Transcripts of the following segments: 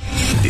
The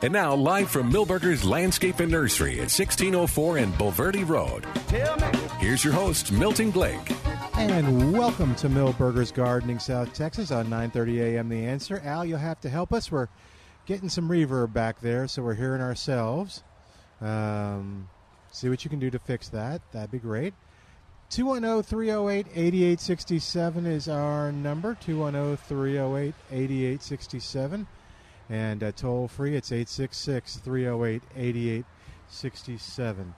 And now, live from Millburgers Landscape and Nursery at 1604 and Bulverde Road, here's your host, Milton Blake. And welcome to Millburgers Gardening, South Texas on 9:30 a.m. The Answer. Al, you'll have to help us. We're getting some reverb back there, so we're hearing ourselves. Um, see what you can do to fix that. That'd be great. oh, 210-308-8867 is our number. oh, 210-308-8867. And uh, toll free, it's 866-308-8867.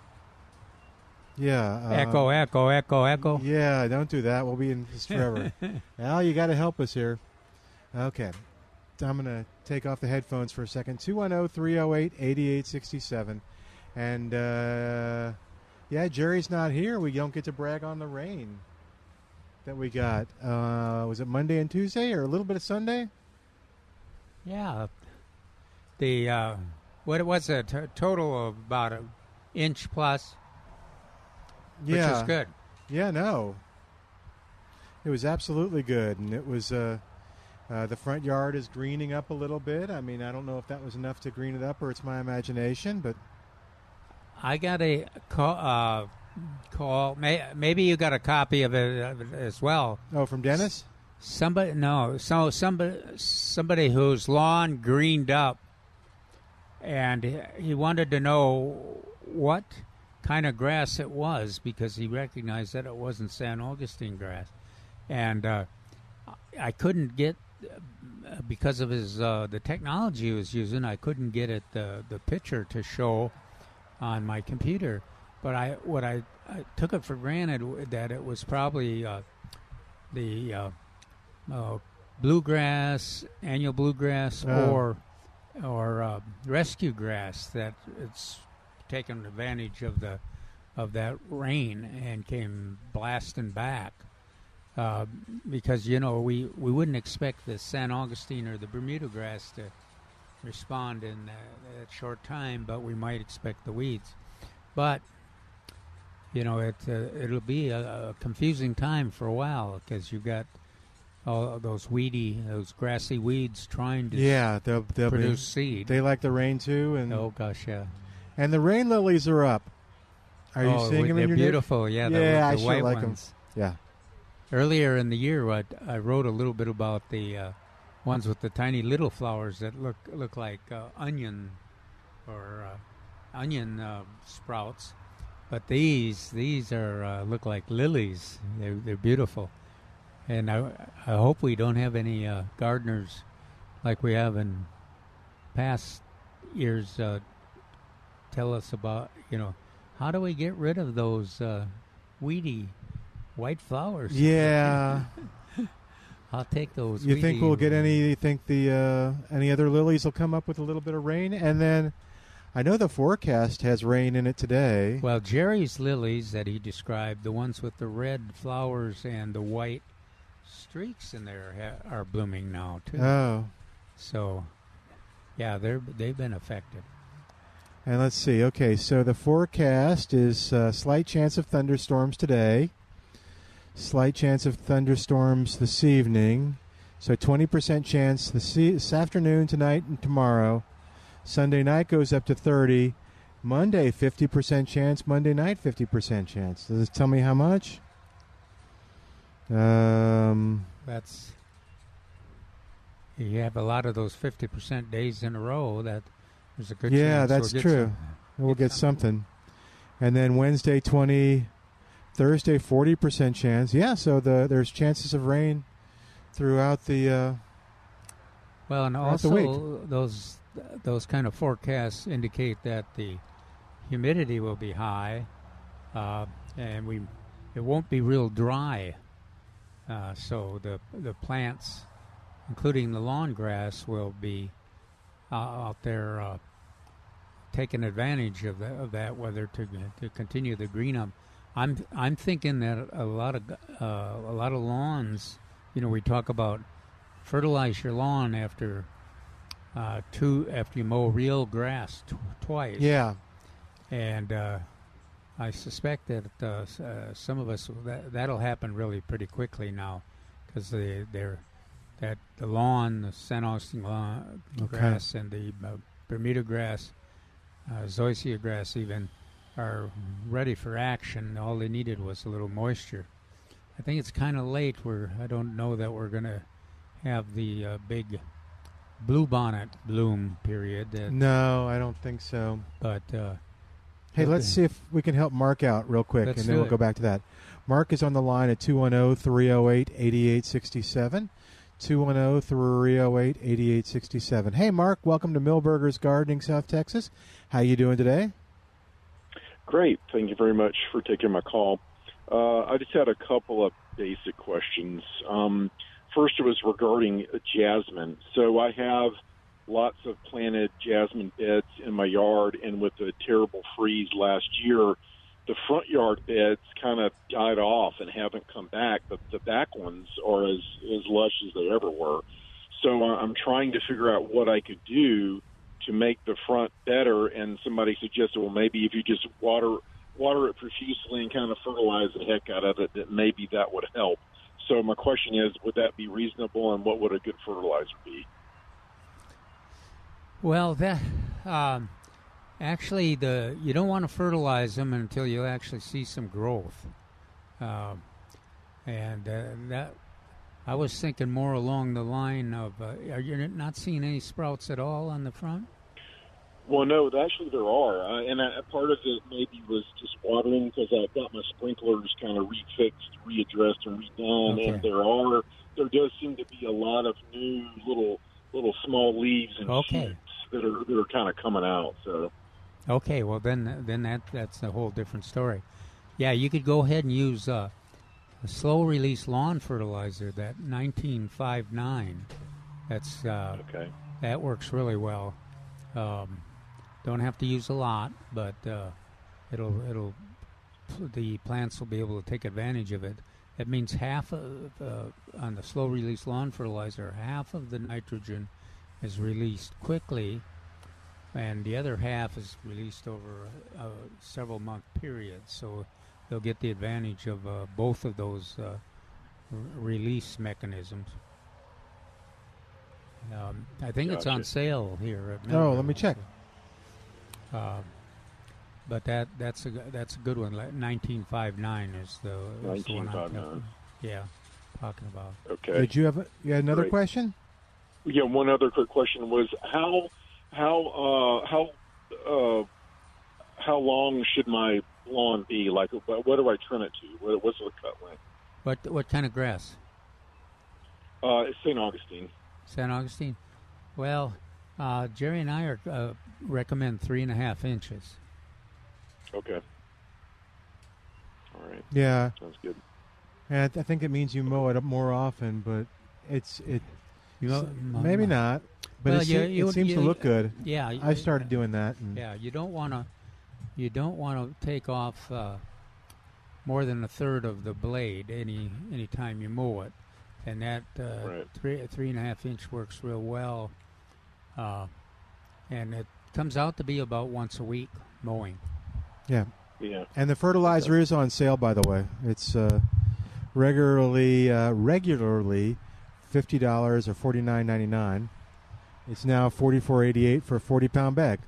Yeah. uh, Echo, echo, echo, echo. yeah, don't do that. We'll be in this forever. Al, you got to help us here. Okay. I'm going to take off the headphones for a second. oh, 210 308 8867. And, uh, yeah, Jerry's not here. We don't get to brag on the rain that we got. Uh, was it Monday and Tuesday or a little bit of Sunday? Yeah. The uh, what was it? T- total of about an inch plus, which yeah. is good. Yeah, no. It was absolutely good, and it was uh, uh, the front yard is greening up a little bit. I mean, I don't know if that was enough to green it up or it's my imagination, but I got a call. Uh, call. May, maybe you got a copy of it uh, as well. oh, from Dennis. Somebody no, so somebody somebody whose lawn greened up, and he- he wanted to know what kind of grass it was because he recognized that it wasn't San Augustine grass, and uh, I couldn't get uh, because of his uh, the technology he was using. I couldn't get it the the picture to show on my computer, but I what I, I took it for granted w- that it was probably. Uh, the uh, uh, bluegrass, annual bluegrass, Oh. or or uh, rescue grass that it's taken advantage of the of that rain and came blasting back. Uh, because you know we, we wouldn't expect the San Augustine or the Bermuda grass to respond in that, that short time, but we might expect the weeds. But you know, it uh, it'll be a, a confusing time for a while because you've got all those weedy, those grassy weeds trying to Yeah, they'll, they'll be- produce seed. They like the rain too, and oh gosh, yeah. and the rain lilies are up. Are you oh, seeing them They're in your beautiful. Yeah, the, Yeah, the I sure white like 'em. ones. Yeah, Earlier in the year, I, I wrote a little bit about the uh, ones with the tiny little flowers that look look like uh, onion or uh, onion uh, sprouts, but these these are uh, look like lilies. They're they're beautiful, and I I hope we don't have any uh, gardeners like we have in past years uh, tell us about you know how do we get rid of those uh, weedy white flowers? yeah. I'll take those. you think weedy- we'll get any? You think the uh, any other lilies will come up with a little bit of rain? And then, I know the forecast has rain in it today. Well, Jerry's lilies that he described, the ones with the red flowers and the white streaks in there, ha- are blooming now too. Oh, so, yeah, they're they've been affected. And let's see. Okay, so the forecast is uh, slight chance of thunderstorms today, slight chance of thunderstorms this evening. So 20% chance this, e- this afternoon, tonight, and tomorrow. Sunday night goes up to 30. Monday, 50% chance. Monday night, 50% chance. Does it tell me how much? Um, That's you have a lot of those fifty percent days in a row. That there's a good Yeah, chance that's we'll get true. some. we'll get something. And then Wednesday, 20. Thursday, forty percent chance. Yeah, so the there's chances of rain throughout the. Uh, Well, and Throughout the also those those kind of forecasts indicate that the humidity will be high, uh, and we it won't be real dry. Uh, so the the plants, including the lawn grass, will be uh, out there uh, taking advantage of, the, of that weather to to continue the green up. I'm I'm thinking that a lot of uh, a lot of lawns. You know, we talk about fertilize your lawn after uh, two after you mow real grass t- twice. yeah, and uh, I suspect that uh, s- uh, some of us that that'll happen really pretty quickly now because they they're that the lawn, the San Austin lawn Okay. grass, and the uh, Bermuda grass, uh, zoysia grass, even are ready for action. All they needed was a little moisture. I think it's kind of late. We're I don't know that we're gonna have the uh, big bluebonnet bloom period, that, no, I don't think so. but. Uh, Hey, Okay. let's see if we can help Mark out real quick, Let's and then do we'll it. go back to that. Mark is on the line at oh, 210 308 8867. 210 308 8867. Hey, Mark, welcome to Millburgers Gardening, South Texas. How you doing today? Great. Thank you very much for taking my call. Uh, I just had a couple of basic questions. Um, first, it was regarding jasmine. So I have lots of planted jasmine beds in my yard, and with the terrible freeze last year, the front yard beds kind of died off and haven't come back, but the back ones are as, as lush as they ever were. So I- I'm trying to figure out what I could do to make the front better. And somebody suggested, well, maybe if you just water water it profusely and kind of fertilize the heck out of it, that maybe that would help. So my question is, would that be reasonable, and what would a good fertilizer be? Well, that um, actually the you don't want to fertilize them until you actually see some growth, um, and uh, that I was thinking more along the line of uh, are you not seeing any sprouts at all on the front? Well, no, actually there are, uh, and I, part of it maybe was just watering because I've got my sprinklers kind of refixed, readdressed, and redone, Okay. and there are there does seem to be a lot of new little little small leaves and Okay. shoots that are that are kind of coming out. So Okay, well then then that that's a whole different story. Yeah, you could go ahead and use uh, a slow release lawn fertilizer that 1959. That's uh, okay. That works really well. Um, don't have to use a lot, but uh, it'll it'll the plants will be able to take advantage of it. That means half of uh, on the slow release lawn fertilizer, half of the nitrogen is released quickly, and the other half is released over a, a several month period. So they'll get the advantage of uh, both of those uh, r- release mechanisms. Um, I think it's on Gotcha. sale here. At Oh, Millburgers. let me check. Um, but that that's a go- that's a good one. Like 1959 is the, is the one I'm 1959. talking- yeah talking about. Okay. Did you have a, you had another Great. question? Yeah, one other quick question was how how uh, how uh, how long should my lawn be? Like, what what do I trim it to? What, what's the cut length? What what kind of grass? Uh, it's St. Augustine. San Augustine. Well, uh, Jerry and I are uh, recommend three and a half inches. Okay. All right, Yeah, sounds good. and I, th- I think it means you mow it up more often, but it's it You know, maybe not, but Well, it, yeah, se- you- it seems to you- uh, look good. Yeah, I started doing that. And Yeah, you don't want to you don't want to take off uh, more than a third of the blade any any time you mow it, and that uh, Right. three three and a half inch works real well, uh, and it comes out to be about once a week mowing. yeah. Yeah. And the fertilizer is on sale, by the way. It's uh, regularly uh, regularly fifty dollars or forty nine ninety nine. It's now forty four eighty eight for a forty pound bag.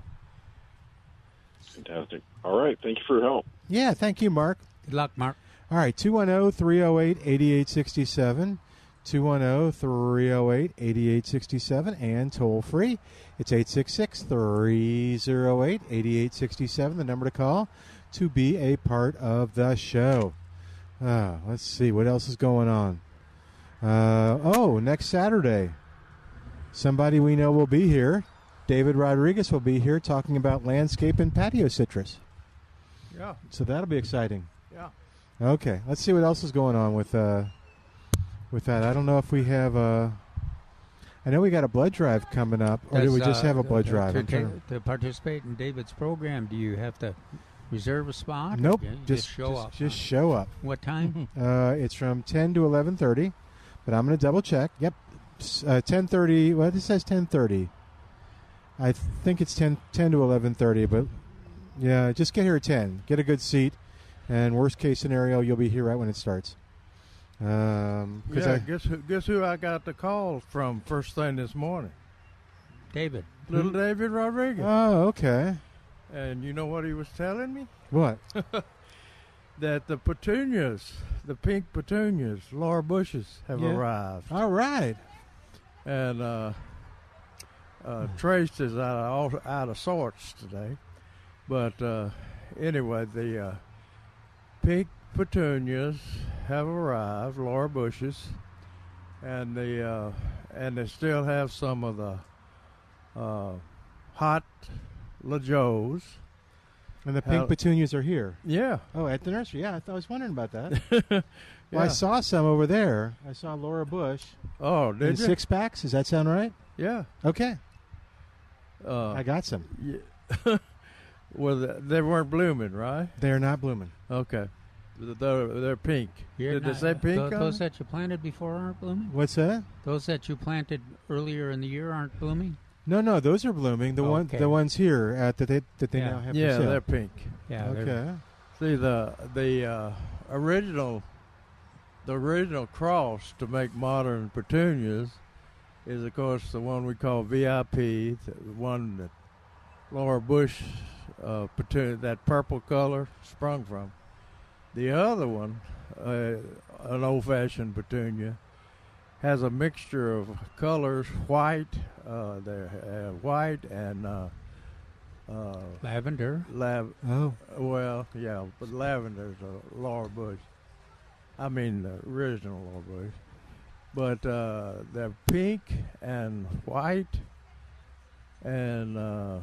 Fantastic. All right. Thank you for your help. Yeah, thank you, Mark. Good luck, Mark. All right, oh, 210 308 8867. 210 308 8867 and toll free. It's 866 308 8867, the number to call to be a part of the show. Ah, let's see what else is going on. Uh, oh, next Saturday, somebody we know will be here. David Rodriguez will be here talking about landscape and patio citrus. Yeah, So that'll be exciting. yeah. Okay, let's see what else is going on with uh, with that. I don't know if we have a. I know we got a blood drive coming up, or did we Does, just uh, have a to- blood to- drive? To, I'm trying to- to participate in David's program, do you have to reserve a spot? Nope, You just, just, show just- up. Just huh? show up. what time? Uh, it's from ten to eleven thirty, but I'm going to double check. Yep, S- uh, ten thirty. Well, this says ten thirty. I think it's 10, 10 to eleven thirty, but yeah, just get here at ten. Get a good seat, and worst case scenario, you'll be here right when it starts. Um, 'cause Yeah, I- guess who? Guess who I got the call from first thing this morning? David. Little Hmm? David Rodriguez. Oh, okay. and you know what he was telling me? What? That the petunias, the pink petunias, Laura bushes, have Yeah. arrived, All right. and uh, uh, Hmm. Trace is out of all, out of sorts today. But uh, anyway, the uh, pink petunias have arrived, Laura bushes, and the uh, and they still have some of the uh, hot lajos. And the pink How- petunias are here. Yeah, Oh, at the nursery. Yeah, I, thought, I was wondering about that. Well, I Yeah. saw some over there. I saw Laura Bush Oh, in did you? six packs. Does that sound right? Yeah. Okay, Uh, I got some. yeah. well, th- they weren't blooming, right? They're not blooming. Okay. Th- They're, they're pink. You're Did not- they say pink? tho- on those it? that you planted before aren't blooming. What's that? Those that you planted earlier in the year aren't blooming. No, no, those are blooming. The one, Okay. the ones here at that they that they Yeah. now have. yeah, for sale. they're pink. Yeah. they're- okay. See the the uh, original the original cross to make modern petunias is of course the one we call VIP, the one that Laura Bush uh, petunia that purple color sprung from. The other one, uh, an old-fashioned petunia, has a mixture of colors: white, uh, they're uh, white and uh, uh, Lavender. lav- Oh, well, yeah, but lavender's a Laura Bush. I mean, the original Laura Bush. But uh, they're pink and white, and uh,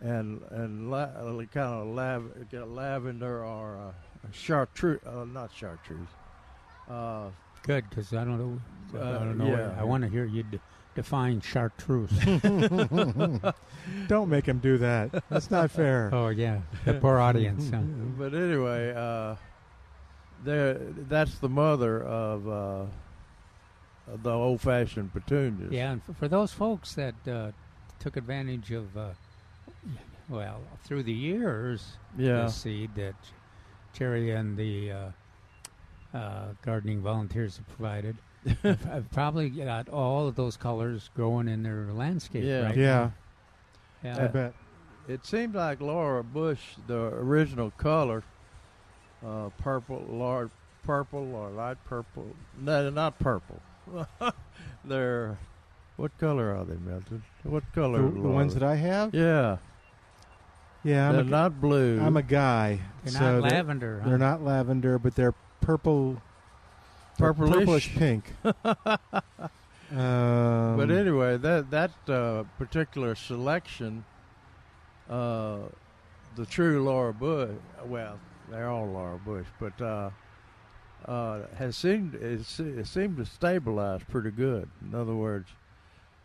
and and la- kind of lav- got lavender or uh, chartreuse, uh, not chartreuse. Uh, Good, because I don't know. Uh, I don't know. yeah. I want to hear you d- define chartreuse. don't make him do that. That's not fair. oh yeah, the poor audience. huh? But anyway, uh, there that's the mother of uh, the old-fashioned petunias. Yeah, and f- for those folks that uh, took advantage of, uh, well, through the years, Yeah. the seed that Terry and the uh, uh, gardening volunteers have provided, I've, I've probably got all of those colors growing in their landscape. Yeah. right? yeah, yeah. I bet. It seemed like Laura Bush, the original color, uh, purple, large purple or light purple. No, they're not purple. they're what color are they, Milton? What The, color? the ones that I have. yeah, Yeah, they're I'm a, not blue. I'm a guy. They're so not they're- lavender. huh? They're not lavender, but they're purple, they're Purplish. purplish pink. um, but anyway, that that uh, particular selection, uh, the true Laura Bush. Well, they're all Laura Bush, but uh, uh, has seemed it, se- it seemed to stabilize pretty good. In other words,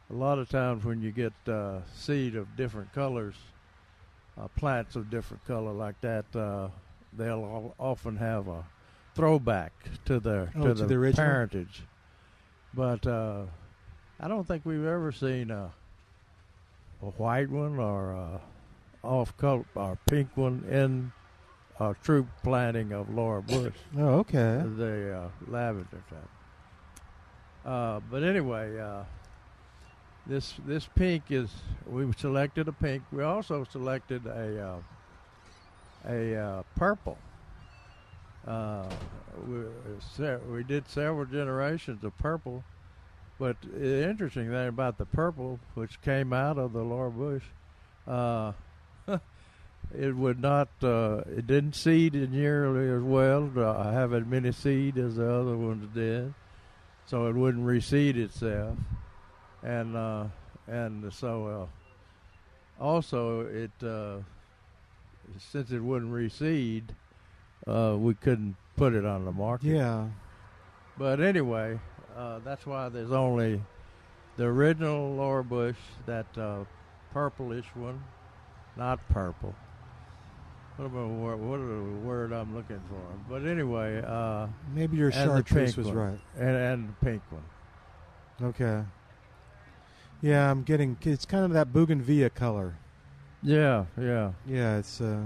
a lot of times when you get uh, seed of different colors, uh, plants of different color like that, uh, they'll al- often have a throwback to their Oh, to, to the the original? parentage. But uh, I don't think we've ever seen a a white one or a off color or pink one in a true planting of Laura Bush Oh, okay. the uh, lavender type. Uh, but anyway, uh, this this pink is we selected a pink. We also selected a uh, a uh, purple. Uh, we se- we did several generations of purple, but the interesting thing about the purple, which came out of the Laura Bush, uh, It would not. Uh, it didn't seed nearly as well. I have as many seed as the other ones did, so it wouldn't reseed itself, and uh, and so uh, also it uh, since it wouldn't reseed, uh, we couldn't put it on the market. Yeah. But anyway, uh, that's why there's only the original laurel bush, that uh, purplish one, not purple. What about what, what is the word I'm looking for? But anyway, uh, Maybe your and the chartreuse pink was one. right. and and the pink one. Okay. Yeah, I'm getting. It's kind of that bougainvillea color. Yeah, yeah. Yeah, it's uh,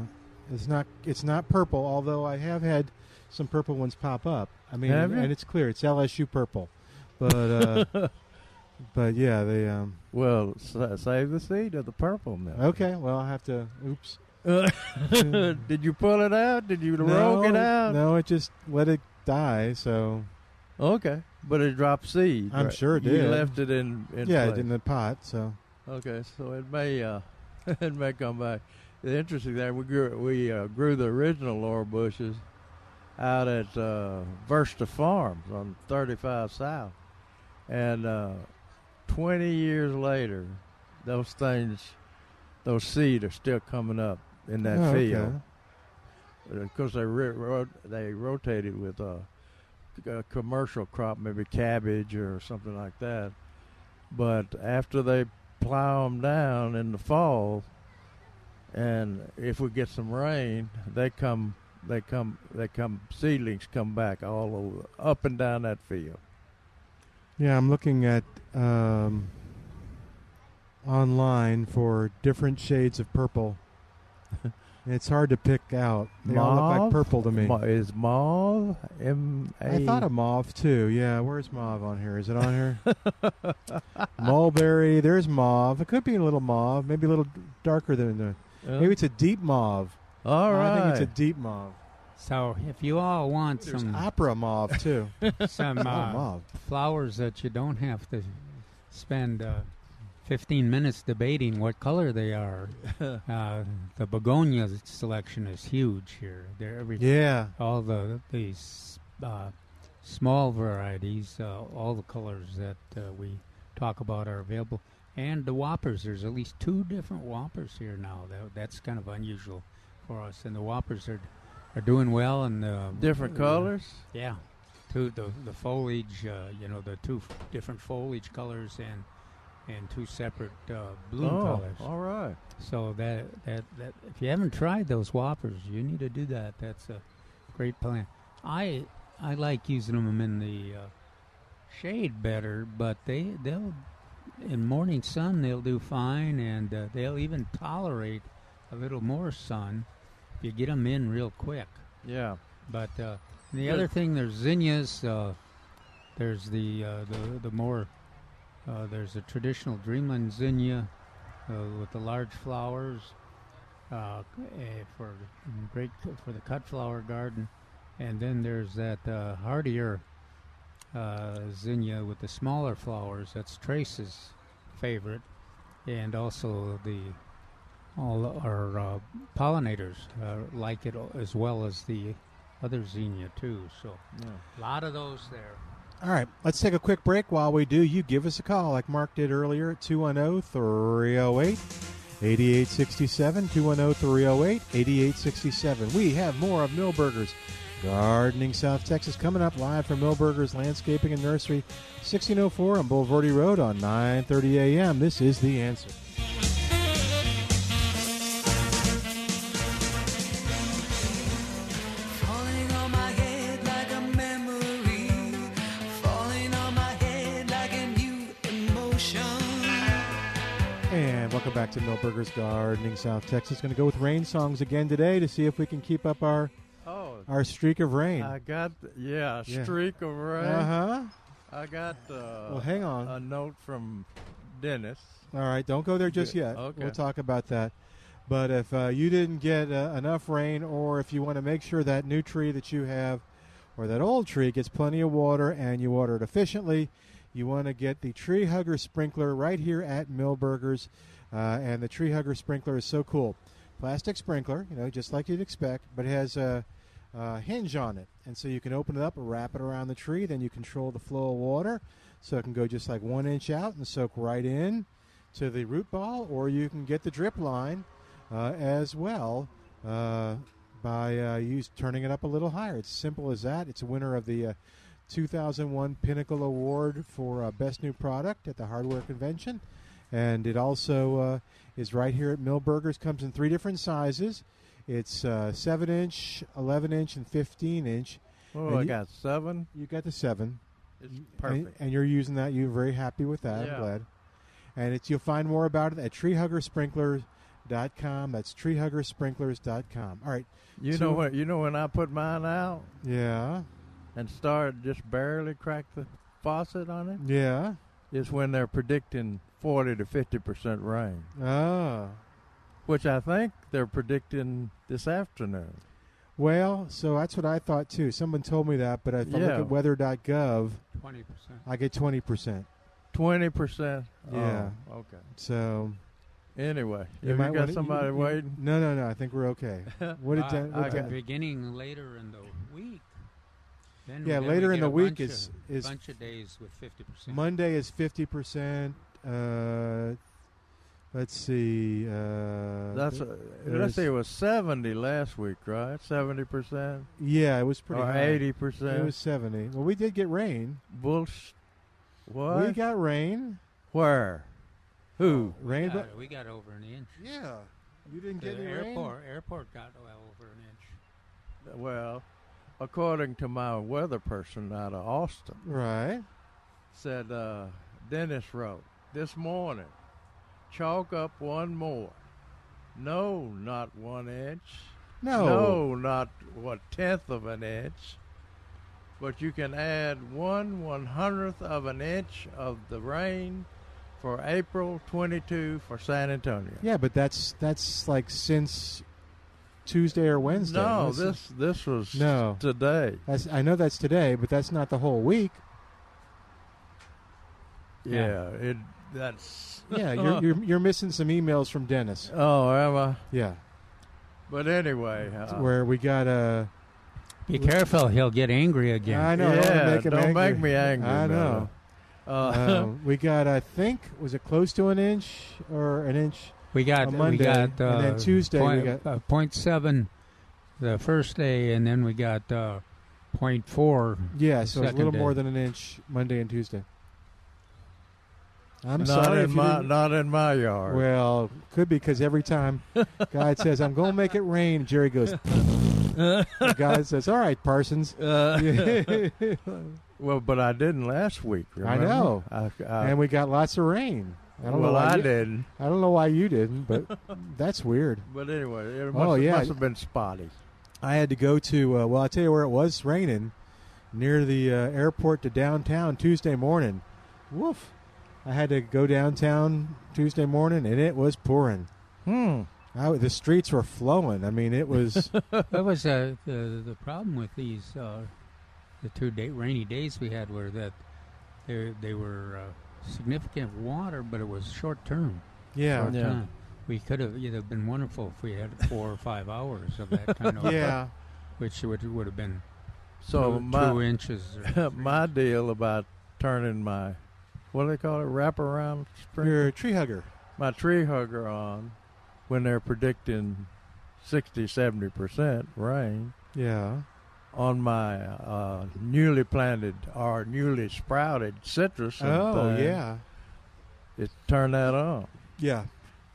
it's not it's not purple. Although I have had some purple ones pop up. I mean, Have you? and it's clear it's LSU purple, but uh, but yeah, they um. Well, sa- save the seed of the purple now. Okay, well I have to. Oops. Did you pull it out? Did you rogue it out? No, it just let it die. So Okay, but it dropped seed. I'm right? sure it You did. left it in. in yeah, place. in the pot. So Okay, so it may uh, it may come back. The interesting thing we grew we uh, grew the original laurel bushes out at uh, Versta Farms on 35 South, and uh, 20 years later, those things, those seed are still coming up in that Oh, okay. field. And of course, they ri ro- they rotated with uh, a commercial crop, maybe cabbage or something like that. But after they plow them down in the fall, and if we get some rain, they come, they come, they come. Seedlings come back all over, up and down that field. Yeah, I'm looking at um, online for different shades of purple. And it's hard to pick out. They all look like Mauve? purple to me. Ma- is mauve? M- I A- thought of mauve too. Yeah, where's mauve on here? Is it on here? Mulberry. There's mauve. It could be a little mauve. Maybe a little darker than the. Yeah. Maybe it's a deep mauve. all right. Oh, I think it's a deep mauve. So if you all want There's some opera mauve too. some Oh, uh, mauve. flowers that you don't have to spend uh, 15 minutes debating what color they are, uh, the begonia selection is huge here. They're every Yeah. all the these uh, small varieties, uh, all the colors that uh, we talk about are available, and the whoppers. There's at least two different whoppers here now. That, that's kind of unusual for us, and the whoppers are are doing well. And uh, different uh, colors. yeah, two the the foliage. Uh, you know, the two f- different foliage colors and and two separate uh, bloom oh, colors. all right. So that, that that if you haven't tried those whoppers, you need to do that. That's a great plan. I I like using them in the uh, shade better, but they they'll in morning sun they'll do fine, and uh, they'll even tolerate a little more sun if you get them in real quick. Yeah. But uh, the Good. other thing, there's zinnias. Uh, there's the uh, the the more uh, there's a traditional Dreamland zinnia uh, with the large flowers uh, eh, for great for the cut flower garden, and then there's that uh, hardier uh, zinnia with the smaller flowers. That's Trace's favorite, and also the all our uh, pollinators uh, like it as well as the other zinnia too. So a lot of those there. All right, let's take a quick break. While we do, you give us a call like Mark did earlier at 210 308 8867. 210 308 8867. We have more of Millburgers Gardening South Texas coming up live from Millburgers Landscaping and Nursery, 1604 on Boulevardy Road on 9:30 a.m. This is the answer. Falling on my head like a memory, falling on my head like a new emotion. And welcome back to Millburgers Gardening South Texas. Going to go with rain songs again today to see if we can keep up our Oh, Uh, our streak of rain. I got th- yeah, a Yeah. streak of rain. Uh huh. I got uh, Well, hang on. a note from Dennis. All right, don't go there just Good. yet. Okay. We'll talk about that. But if uh, you didn't get uh, enough rain, or if you want to make sure that new tree that you have, or that old tree gets plenty of water and you water it efficiently, you want to get the Tree Hugger Sprinkler right here at Millburgers. Uh, and the Tree Hugger Sprinkler is so cool. plastic sprinkler, you know, just like you'd expect, but it has a, a hinge on it. And so you can open it up and wrap it around the tree. Then you control the flow of water so it can go just like one inch out and soak right in to the root ball, or you can get the drip line uh, as well uh, by uh, use, turning it up a little higher. It's simple as that. It's a winner of the uh, 2001 Pinnacle Award for uh, Best New Product at the Hardware Convention. And it also uh, is right here at Millburgers, comes in three different sizes. It's uh, 7 inch, 11 inch, and 15 inch. Oh, And I you- got seven. You got the 7. It's And- perfect. And, you're using that. You're very happy with that. Yeah. I'm glad. And it's you'll find more about it at treehuggersprinklers.com. That's treehuggersprinklers.com. All right. you so- know what? You know when I put mine out Yeah. and start just barely crack the faucet on it Yeah. is when they're predicting forty to fifty percent rain, Ah. which I think they're predicting this afternoon. Well, so that's what I thought too. Someone told me that, but if I Yeah. look at weather.gov, Twenty percent. I get 20%. Twenty percent. Yeah. Oh, okay. So Anyway, you have might you got wanna- somebly you- you- waiting. No, no, no. I think we're okay. What did Dan- what I did- got- beginning later in the week. Then Yeah, then later we in get the a week bunch is- of, is- bunch of days with fifty percent. Monday is 50%. Uh, let's see. Uh, That's uh there's- let's say it was seventy last week, right? Seventy percent yeah, it was pretty or high. Oh, eighty It was percent. 70. Well, we did get rain. Bullsh. What? We got rain. Uh, Where? Who? Rain, Yeah, but Uh, we got over an inch. yeah, you didn't The get any airport airport got well over an inch. Well, according to my weather person out of Austin, rain, right? said uh, Dennis wrote this morning, chalk up one more. No, not one inch. No, No, not what tenth of an inch. But you can add one one hundredth of an inch of the rain for April twenty two for San Antonio. yeah, but that's that's like since Tuesday or Wednesday. No, That's- this this was No. today. That's, I know that's today, but that's not the whole week. Yeah, it that's Yeah, you're, you're you're missing some emails from Dennis. oh am I? Yeah, But anyway, uh, where we got a. Uh-huh. Be careful, he'll get angry Uh, again. I know. I don't wanna yeah, make him don't angry. make me angry. I know. Miller. Uh, Uh, we got, I think, was it close to an inch or an inch? we got on Monday, we got and uh, then Tuesday we point, got- uh, point seven the first day, and then we got uh, point four. Yeah, The so it's a second little day. more than an inch Monday and Tuesday. I'm not sorry. if in you my didn't- not in my yard. well, could be because every time God says, I'm going to make it rain, Jerry goes, and God says, All right, Parsons. and Well, but I didn't last week. I remember? know. I, I, we got lots of rain. I don't know Uh, well, why I you- didn't. I don't know why you didn't, but that's weird. But anyway, it must, Oh, it yeah. must have been spotty. I had to go to, uh, well, I'll tell you where it was raining near the uh, airport to downtown Tuesday morning. Woof. I had to go downtown Tuesday morning, and it was pouring. Hmm. I, the streets were flowing. I mean, it was That was uh, the the problem with these uh, the two day, rainy days we had were that they they were uh, significant water, but it was short term. yeah, Short time. We could have it'd have been wonderful if we had four or five hours of that kind of yeah. which would would have been So two, two my inches. Or my deal about turning my what do they call it wraparound spring You're a tree hugger. my tree hugger on when they're predicting 60 70 percent rain Yeah, on my uh, newly planted or newly sprouted citrus. and oh thing, yeah, it turn that on. yeah.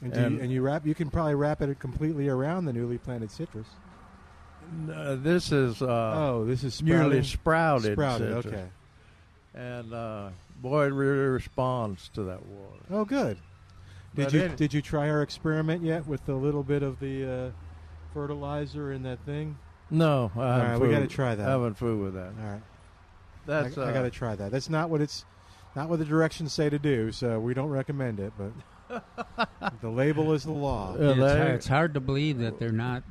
And, do And- you, and you wrap. You can probably wrap it completely around the newly planted citrus. No, this is uh, oh, this is newly sprouted. sprouting- Sprouted. citrus. Okay. And uh, boy, it really responds to that water. Oh, good. Did But you it- did you try our experiment yet with the little bit of the uh, fertilizer in that thing? No, I haven't right, we fooled- gotta try that. I haven't fooled with that. All right, That's I, uh, I got to try that. That's not what it's not what the directions say to do, so we don't recommend it. But the label is the law. Yeah, it's, they- hard, it's hard to believe that they're not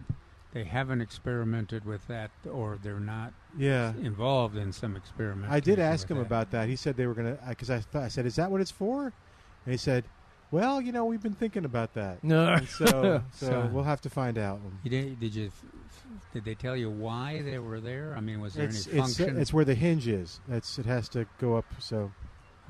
they haven't experimented with that or they're not Yeah. involved in some experiment. I did ask him about that. He said they were going to, because I, thought I said, is that what it's for? And he said, Well, you know, we've been thinking about that. No. And so, so So- we'll have to find out. You did, did you? Did they tell you why they were there? I mean, was there It's, any it's, function? it's where the hinge is. That's it has to go up. So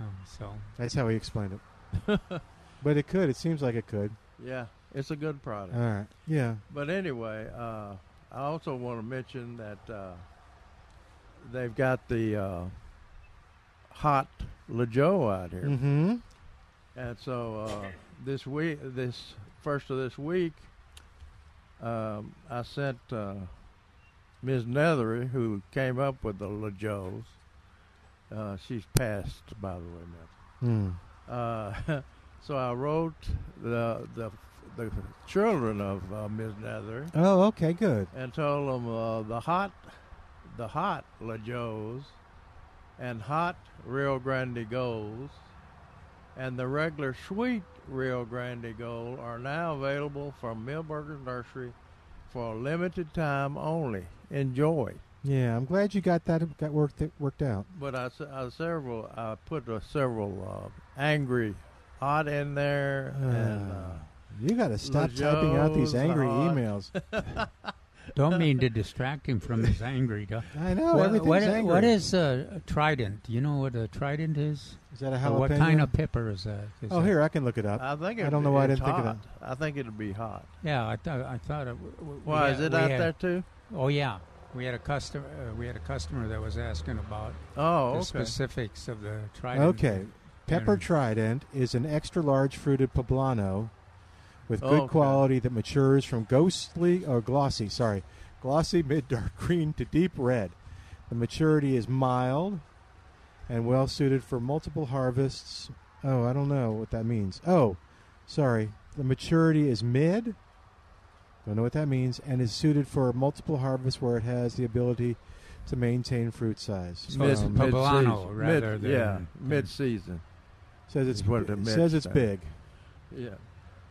oh, so that's how he explained it. but it could. It seems like it could. Yeah, it's a good product. All right. Yeah. But anyway, uh, I also want to mention that uh, they've got the uh, hot LeJoe out here, Mm-hmm. and so uh, this week, this first of this week, um, I sent uh, Ms. Nethery, who came up with the LeJoes. Uh, she's passed, by the way, now. Hmm. Uh, so I wrote the the the children of uh, Ms. Nether Oh, okay. Good. and told them uh, the hot the hot LaJoes and hot Rio Grande Golds and the regular sweet Rio Grande Gold are now available from Millburgers Nursery for a limited time only. Enjoy. Yeah. I'm glad you got that got worked that worked out. But I, s- I several I put a several uh, angry odd in there and. Uh, You got to stop typing out these Joe's angry hot. emails. don't mean to distract him from his angry. do- I know What- everything's what, angry. what is a, a trident? Do you know what a trident is? Is that a Or jalapeno? what kind of pepper is that? Is Oh, that- here I can look it up. I think I it- don't know why I it's didn't think of hot. I think it'd be hot. Yeah, I thought I thought it. w- w- we Why had- is it we out had- there too? Oh yeah, we had a customer. Uh, we had a customer that was asking about Oh, the okay. specifics of the trident. Okay. Pepper And- Trident is an extra large fruited poblano with Oh, good okay. quality that matures from ghostly or glossy, sorry, glossy mid dark green to deep red. The maturity is mild and well suited for multiple harvests. Oh, I don't know what that means. Oh, sorry. The maturity is mid. Don't know what that means and is suited for multiple harvests where it has the ability to maintain fruit size. Mid- Um, mid- Poblano Mid-season. rather Mid- than- yeah, mid-season. says it's is what it says meant, it's so. big. Yeah,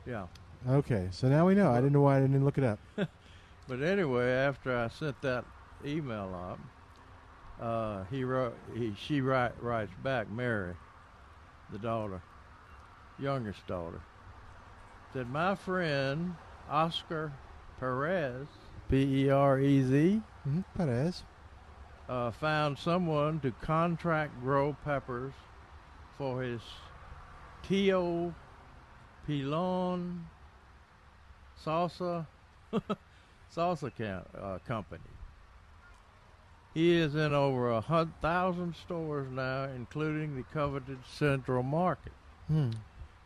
yeah. Okay, so now we know. I didn't know why I didn't look it up. But anyway, after I sent that email up, uh, he wrote. He, she write, writes back, Mary, the daughter, youngest daughter, said, "My friend Oscar Perez, P E R E Z, Mhm, Perez. uh, found someone to contract grow peppers for his Tio Pilon salsa salsa ca- uh, company. He is in over a hun- thousand stores now, including the coveted Central Market. Hmm.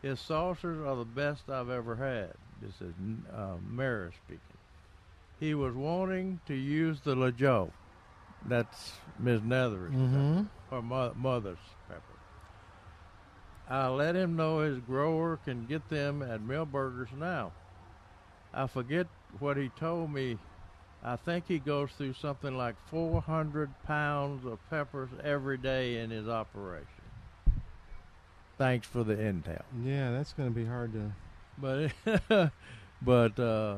His saucers are the best I've ever had. This is uh, Mara speaking. He was wanting to use the LaJoe. That's Ms. Nethery's Mhm. pepper, or mo- mother's pepper. I let him know his grower can get them at Millburgers now. I forget what he told me. I think he goes through something like 400 pounds of peppers every day in his operation. Thanks for the intel Yeah, that's going to be hard to. but but uh,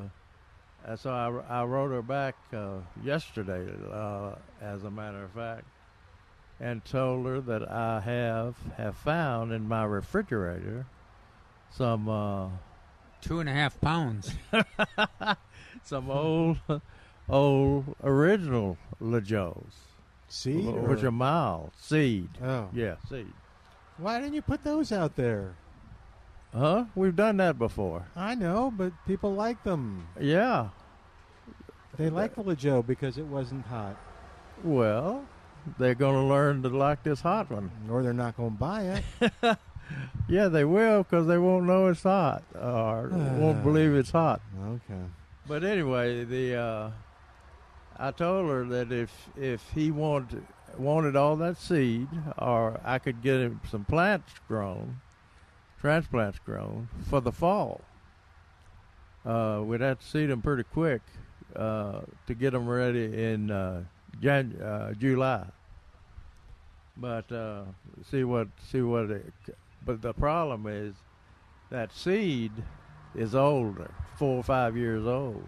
and so I, I wrote her back uh, yesterday, uh, as a matter of fact, and told her that I have have found in my refrigerator some uh, two and a half pounds. some old old original LaJoes, See? which are mild seed. oh. Yeah, seed. Why didn't you put those out there? Huh? We've done that before. I know, but people like them. Yeah. They like the Joe because it wasn't hot. Well, they're going to learn to like this hot one. Or they're not going to buy it. Yeah, they will because they won't know it's hot or won't believe it's hot. Uh, okay. But anyway, the uh, I told her that if if he wanted wanted all that seed, or I could get him some plants grown, transplants grown for the fall. Uh, we'd have to seed them pretty quick uh, to get them ready in uh, Jan- uh, July. But uh, see what see what. It, but the problem is that seed is older, four or five years old.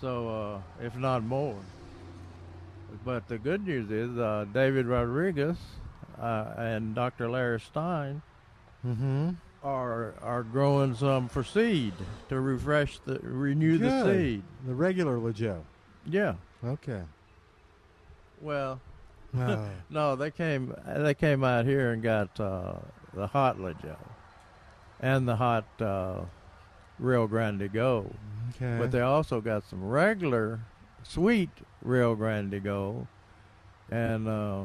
So, uh, if not more. But the good news is uh, David Rodriguez uh, and Dr. Larry Stein Mm hmm. are are growing some for seed to refresh the renew the Good. seed. The regular LeJoe. Yeah. Okay. Well, Ah. no, they came they came out here and got uh, the hot LaJoe and the hot uh, Rio Grande Gold. okay. But they also got some regular sweet Rio Grande Gold. And uh,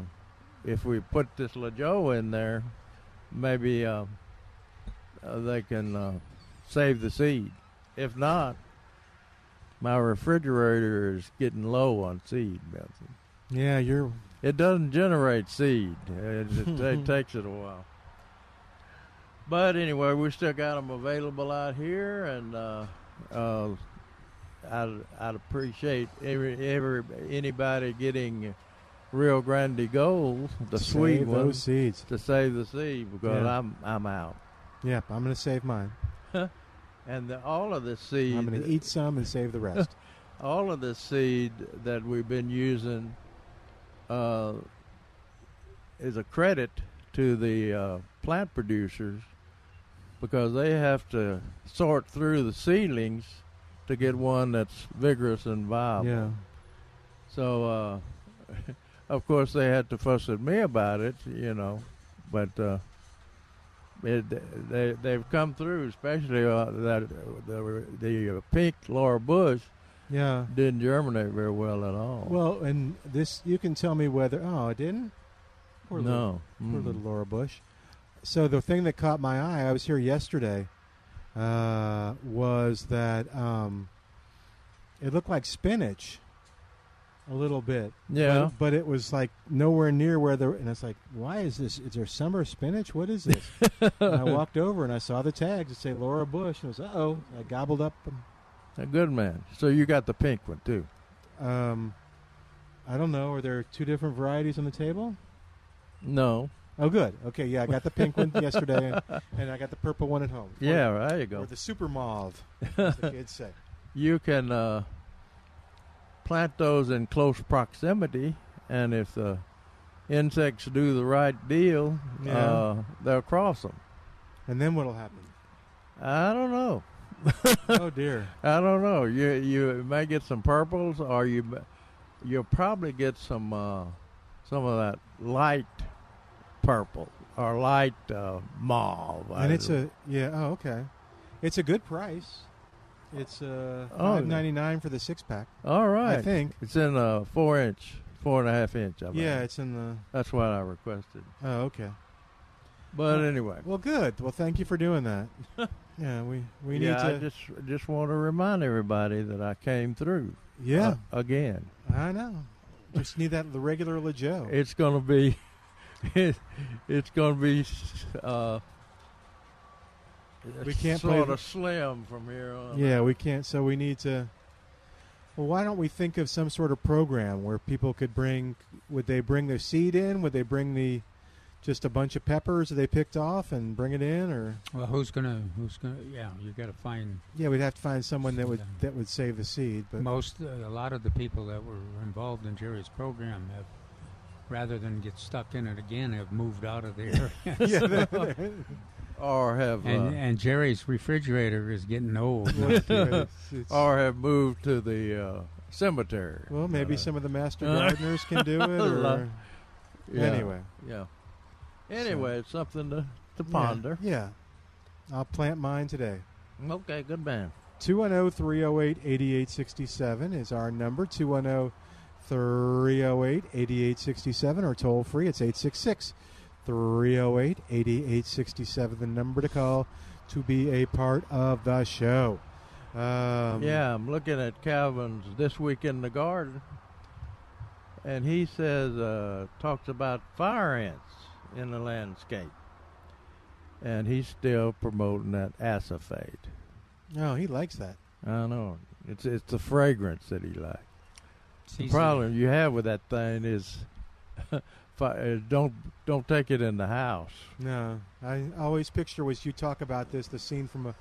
if we put this LaJoe in there, maybe uh, uh, they can uh, save the seed. If not, my refrigerator is getting low on seed, Benson. yeah, you're It doesn't generate seed. It, it, ta- takes it a while. But anyway, we still got them available out here, and uh, uh, I'd, I'd appreciate every, every anybody getting Rio Grande Gold, the sweet save ones, those seeds. to save the seed because Yeah. I'm I'm out, Yep, I'm gonna save mine. and the, all of the seed I'm gonna eat some and save the rest. all of the seed that we've been using uh, is a credit to the uh, plant producers because they have to sort through the seedlings to get one that's vigorous and viable. yeah. So, uh, of course, they had to fuss at me about it, you know, but uh, it, they they've come through, especially uh, that the, the pink Laura Bush Yeah. didn't germinate very well at all. Well, and this you can tell me whether oh it didn't. Poor little- no, Poor Mm. little Laura Bush. So the thing that caught my eye, I was here yesterday, uh, was that um, it looked like spinach a little bit. Yeah. But, but it was like nowhere near where the. And it's like, why is this? Is there summer spinach? What is this? and I walked over and I saw the tags that say Laura Bush. And I was, uh oh. I gobbled up. a good man. So you got the pink one too. Um, I don't know. Are there two different varieties on the table? No, Oh, good. Okay, yeah, I got the pink one yesterday, and, and I got the purple one at home. yeah, there you or, go. the super mauve, as the kids say. You can uh, plant those in close proximity, and if the insects do the right deal, Yeah. uh, they'll cross them. And then what'll happen? I don't know. Oh dear. I don't know. You you may get some purples, or you m- you'll probably get some uh, some of that light purple or light uh, mauve. and it's a yeah. Oh, okay. It's a good price. It's uh, Oh. five ninety nine for the six pack. all right. I think. it's in a four inch, four and a half inch. I Yeah, believe. it's in the. that's what I requested. Oh, okay. But anyway, Well, good. Well, thank you for doing that. yeah, we we need yeah, to. I just just want to remind everybody that I came through. yeah, uh, again, I know. Just need that the regular LeJoe. it's gonna be, it, it's gonna be. Uh, We can't play sort the- of slim from here on. Yeah, Uh-huh. we can't. So we need to. Well, why don't we think of some sort of program where people could bring? Would they bring their seed in? Would they bring the just a bunch of peppers that they picked off and bring it in? Or Well, who's gonna? Who's gonna? Yeah, you got to find yeah, we'd have to find someone that would Yeah. that would save the seed. But most. uh, a lot of the people that were involved in Jerry's program have, rather than get stuck in it again, have moved out of the area. yeah, they're- they're- or have uh, and, and Jerry's refrigerator is getting old. well, it's- it's- or have moved to the uh, cemetery. well, maybe Uh, some of the master Uh-huh. Uh. gardeners can do it. Or, yeah, Anyway, yeah. Anyway, it's something to, to Yeah, ponder. Yeah, I'll plant mine today. Okay, good man. 210 308 8867 is our number 210 308 8867 or toll free it's 866 308 8867 the number to call to be a part of the show um, Yeah, I'm looking at Calvin's This Week in the Garden, and he says, uh, talks about fire ants in the landscape. And he's still promoting that acephate. no he likes that I know. It's it's the fragrance that he likes. The He's- problem you have with that thing is fi- uh, don't don't take it in the house. no i always picture was you talk about this the scene from a,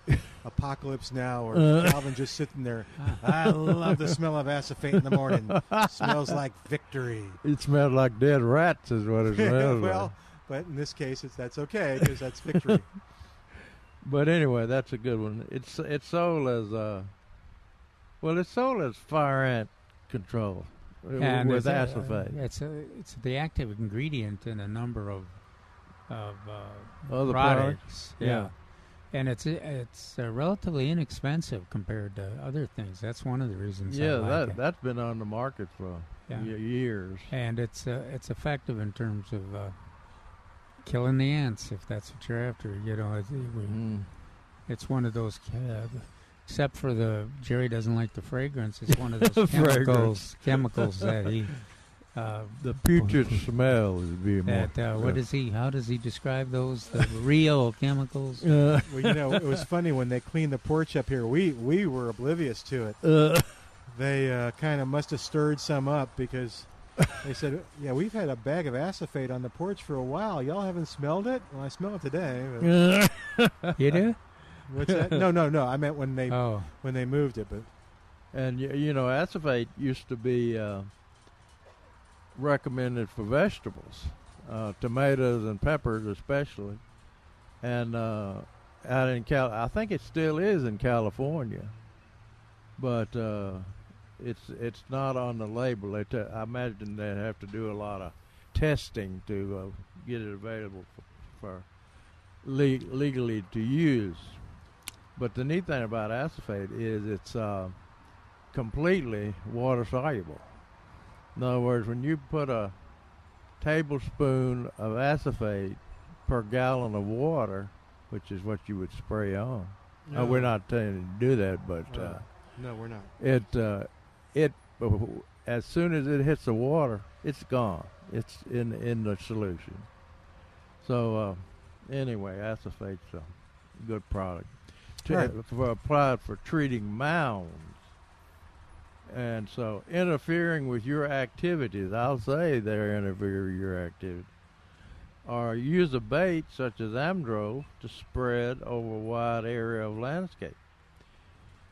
apocalypse now or Uh. calvin just sitting there i love the smell of acephate in the morning smells like victory It smelled like dead rats, is what it smells Mm. well, like. but in this case, it's that's okay because that's victory. But anyway, that's a good one. It's it's sold as uh, well, it's sold as fire ant control uh, And with it's a- acephate. It's a, it's the active ingredient in a number of of uh, Other products. products? Yeah. and it's it's uh, relatively inexpensive compared to other things. That's one of the reasons. I yeah, like that it. that's been on the market for Yeah. ye- years. and it's uh, it's effective in terms of uh, killing the ants if that's what you're after. You know, it, it- we- Mm. it's one of those. Uh, except for the Jerry doesn't like the fragrance. It's one of those chemicals Fragrance. chemicals that he. Uh, The putrid smell is being more. that uh, what Yeah. is he? How does he describe those? The real chemicals. Uh, Well, you know, it was funny when they cleaned the porch up here. We we were oblivious to it. uh, They uh, kind of must have stirred some up because they said, "Yeah, we've had a bag of acephate on the porch for a while. Y'all haven't smelled it? Well, I smell it today." but- uh, You do? What's that? No, no, no. I meant when they Oh, when they moved it, but and you, you know, acephate used to be uh, recommended for vegetables, uh, tomatoes and peppers especially, and uh, out in Cal, I think it still is in California, but uh, it's it's not on the label. They te- I imagine they have to do a lot of testing to uh, get it available for, for le- legally to use. But the neat thing about acephate is it's uh, completely water soluble. In other words, when you put a tablespoon of acephate per gallon of water, which is what you would spray on. Uh, we're not telling you to do that, but uh, no, we're not. it uh, it as soon as it hits the water, it's gone. It's in in the solution. So uh, anyway, acetate's a uh, good product. To, Right. for applied for treating mounds, and so interfering with your activities. I'll say they're interfering with your activities. Or use a bait such as amdro to spread over a wide area of landscape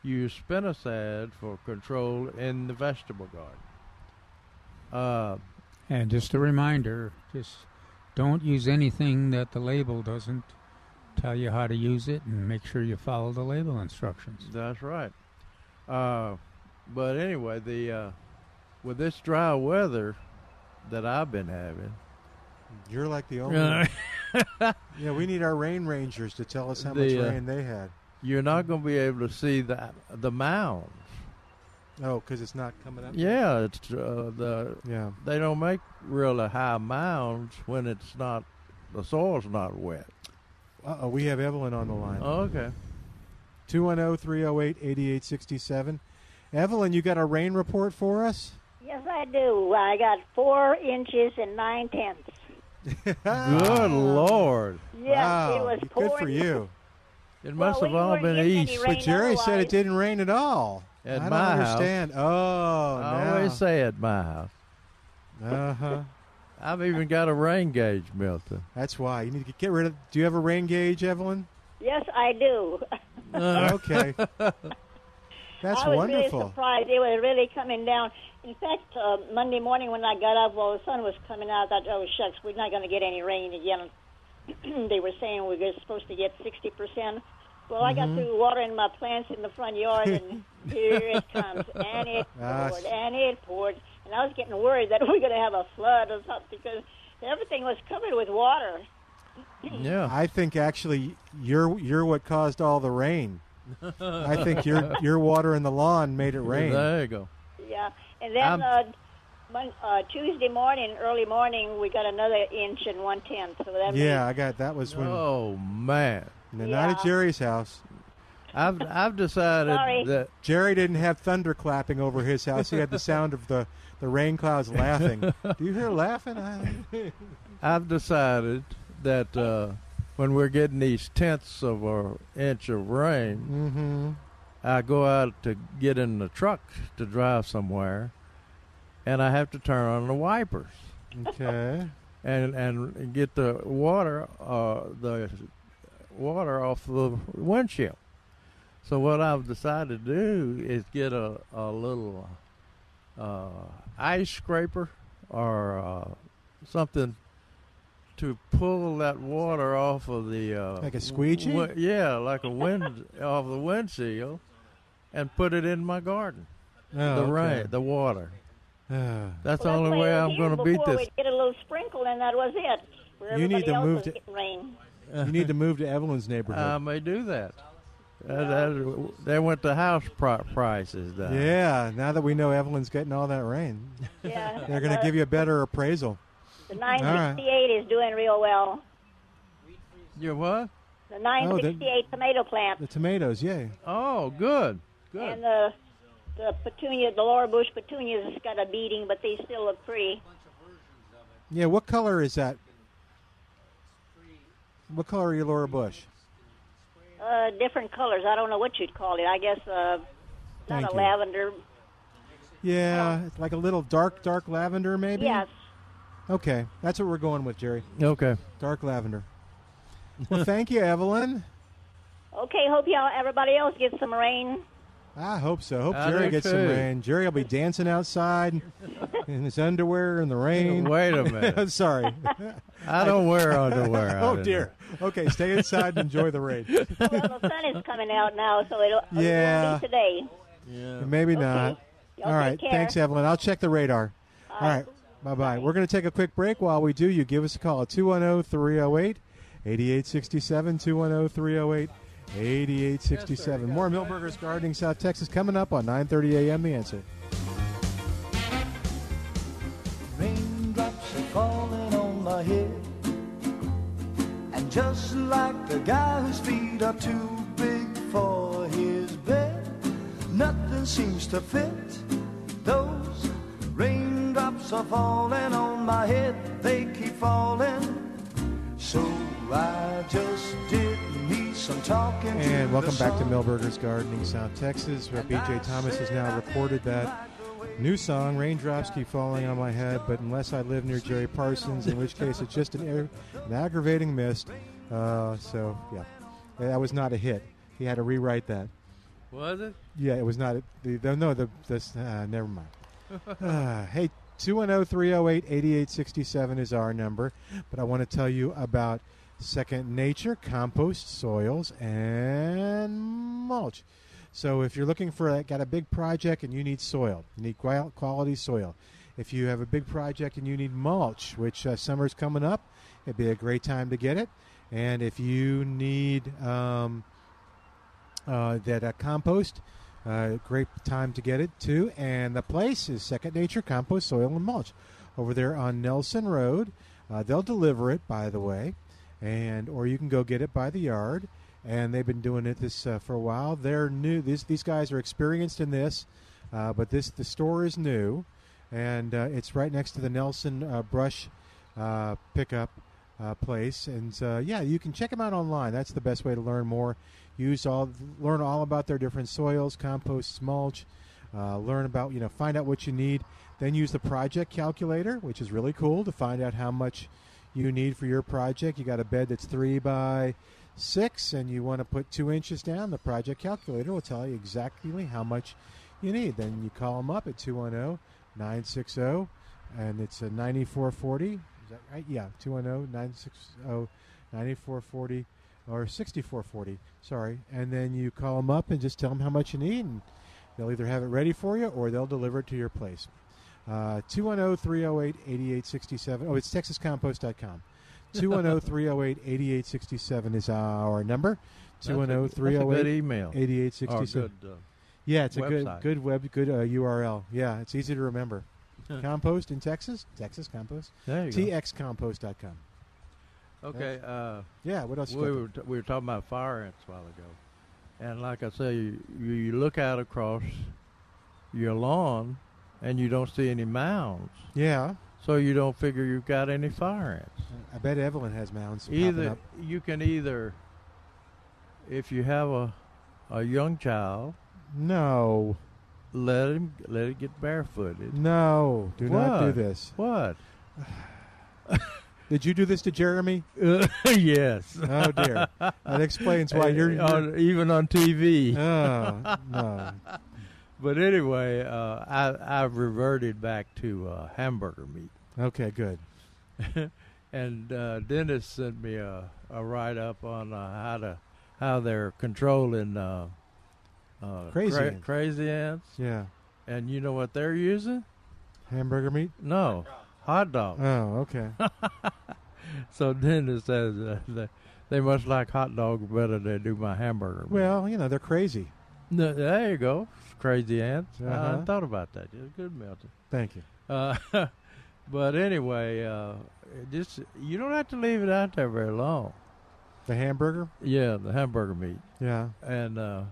use spinosad for control in the vegetable garden. Uh, and just a reminder: just don't use anything that the label doesn't tell you how to use it, and make sure you follow the label instructions. that's right. Uh, but anyway, the uh, with this dry weather that I've been having, You're like the only. yeah, we need our rain rangers to tell us how The, much uh, rain they had. you're not going to be able to see the the mounds. Oh, because it's not coming up. Yeah, it's uh, the Yeah. they don't make really high mounds when it's not the soil's not wet. Uh oh, we have Evelyn on the line. Oh, oh, Okay. 210 308 8867. Evelyn, you got a rain report for us? Yes, I do. I got four inches and nine tenths. Good lord! Yes, Ah. wow. it was pouring. Good for you. It Well, must we have all weren't been getting any east. rain But Jerry said it otherwise. didn't rain at all. At I don't my house. understand. Oh, I now. always say at my house. uh-huh. I've even got a rain gauge melted. That's why. You need to get rid of. Do you have a rain gauge, Evelyn? Yes, I do. Uh, Uh-huh. okay. That's I was really wonderful. surprised. It was really coming down. In fact, uh, Monday morning when I got up, while the sun was coming out, I thought, oh, shucks, we're not going to get any rain again. they were saying we were supposed to get 60%. Well, I Mm-hmm. got through watering my plants in the front yard, and here it comes. And it Ah, poured, s- and it poured. And I was getting worried that we were going to have a flood or something because everything was covered with water. Yeah. I think actually you're you're what caused all the rain. I think your your water in the lawn made it rain. There you go. Yeah, and then Um, uh, mon- uh, Tuesday morning, early morning, we got another inch and one tenth. So that Yeah, I got that was when Oh man. no, not at Yeah. Jerry's house. I've I've decided Sorry. that Jerry didn't have thunder clapping over his house. He had the sound of the, the rain clouds laughing. Do you hear laughing? I, I've decided that uh, when we're getting these tenths of an inch of rain, mm-hmm. I go out to get in the truck to drive somewhere, and I have to turn on the wipers Okay. and and get the water uh, the water off the windshield. So what I've decided to do is get a, a little uh, ice scraper or uh, something to pull that water off of the uh, Like a squeegee? wi- yeah, like a wind off the windshield, and put it in my garden. Oh, the rain, the water. rain. That's Well, the only why way it was I'm here going to beat before this. We'd get a little sprinkle, and that was it. Where You need everybody to else move was to- getting rain. you need to move to Evelyn's neighborhood. I may do that. Uh, that- they went to house pri- prices down. yeah, now that we know Evelyn's getting all that rain, Yeah, they're going to the- give you a better appraisal. The right. 968 is doing real well. You what? The Oh, the- 968 tomato plant The tomatoes, yay. Oh, good, good. and the the petunia, the laurel bush petunias got a beating, but they still look pretty. Yeah, what color is that? What color are your Laura Bush? Uh, different colors. I don't know what you'd call it. I guess uh, not Thank a you. lavender. Yeah, it's like a little dark, dark lavender, maybe? Yes. Okay, that's what we're going with, Jerry. Okay. Dark lavender. Well, thank you, Evelyn. Okay. Hope y'all, everybody else, gets some rain. I hope so. Hope I Jerry do gets some too. rain. Jerry will be dancing outside in his underwear in the rain. Wait a I'm minute. sorry. I don't wear underwear. out oh in dear. Okay, stay inside and enjoy the rain. Well, the sun is coming out now, so it'll, Yeah. it'll be today. Maybe not. Y'all All right. Take care. Thanks, Evelyn. I'll check the radar. All right. Bye bye. We're going to take a quick break. While we do, you give us a call at 210 308 8867. 210 308 8867. More Millburgers Gardening South Texas coming up on 9.30 a.m. The answer. Raindrops are falling on my head. And just like the guy whose feet are too big for his bed, nothing seems to fit. Those raindrops are falling on my head, they keep falling. So I just did me some talking. to And the welcome back to sun. Millburgers Gardening South Texas, where BJ Thomas has now recorded that new song, Raindrops Keep Falling on My Head, but unless I live near Jerry Parsons, in which case it's just an, air, an aggravating mist. Uh, so, yeah, that was not a hit. He had to rewrite that. Was it? Yeah, it was not. a- The, the, no, the, this, uh, never mind. Uh, hey, 210 308 8867 is our number, but I want to tell you about Second Nature, compost, soils, and mulch. So if you're looking for a, got a big project and you need soil, you need qual- quality soil. If you have a big project and you need mulch, which uh, summer's coming up, it'd be a great time to get it. And if you need um, uh, that uh, compost. Uh, great time to get it too. And the place is Second Nature Compost Soil and Mulch over there on Nelson Road. Uh, they'll deliver it, by the way, and or you can go get it by the yard. And they've been doing it this uh, for a while. They're new. These these guys are experienced in this, uh, but this the store is new, and uh, it's right next to the Nelson uh, Brush uh, pickup uh, place. And uh, yeah, you can check them out online. That's the best way to learn more. Use all, learn all about their different soils, composts, mulch. Uh, learn about you know, find out what you need. Then use the project calculator, which is really cool to find out how much you need for your project. You got a bed that's three by six, and you want to put two inches down. The project calculator will tell you exactly how much you need. Then you call them up at oh, 210 960 and it's a 9440. Is that right? Yeah, oh, 210 960 9440 or 6440. Sorry. And then you call them up and just tell them how much you need, and they'll either have it ready for you or they'll deliver it to your place. Uh, 210 308 8867. Oh, it's texascompost.com. 210 308 8867 is our number. oh, 210 That's a good 308 email. Or 8867. good, uh, Yeah, it's a website. good good web good uh, URL. Yeah, it's easy to remember. compost in Texas, Texas Compost, there you go. txcompost.com. Okay. Uh, Yeah, what else? you we got? were t- we were talking about fire ants a while ago, and like I say, you, you look out across your lawn, and you don't see any mounds, yeah, so you don't figure you've got any fire ants. I bet Evelyn has mounds. popping either up. you can either, if you have a a young child, No, let him let it get barefooted. no, Oh, do not do What? this. What? Did you do this to Jeremy? yes. Oh dear, that explains why you're. you're on, even on TV. oh no, But anyway, uh, I I've reverted back to uh, hamburger meat. okay, good. And uh, Dennis sent me a, a write up on uh, how to how they're controlling uh, uh, Crazy cra- ants. crazy ants. Yeah. And you know what they're using? Hamburger meat? No, hot dogs. Oh, okay. So Dennis says uh, they, they must like hot dogs better than they do my hamburger. meat. well, you know, they're crazy. Th- there you go, crazy ants. I hadn't Uh-huh. thought about that. It's good melted. Thank you. Uh, but anyway, uh, just you don't have to leave it out there very long. The hamburger? Yeah, the hamburger meat, Yeah. and uh,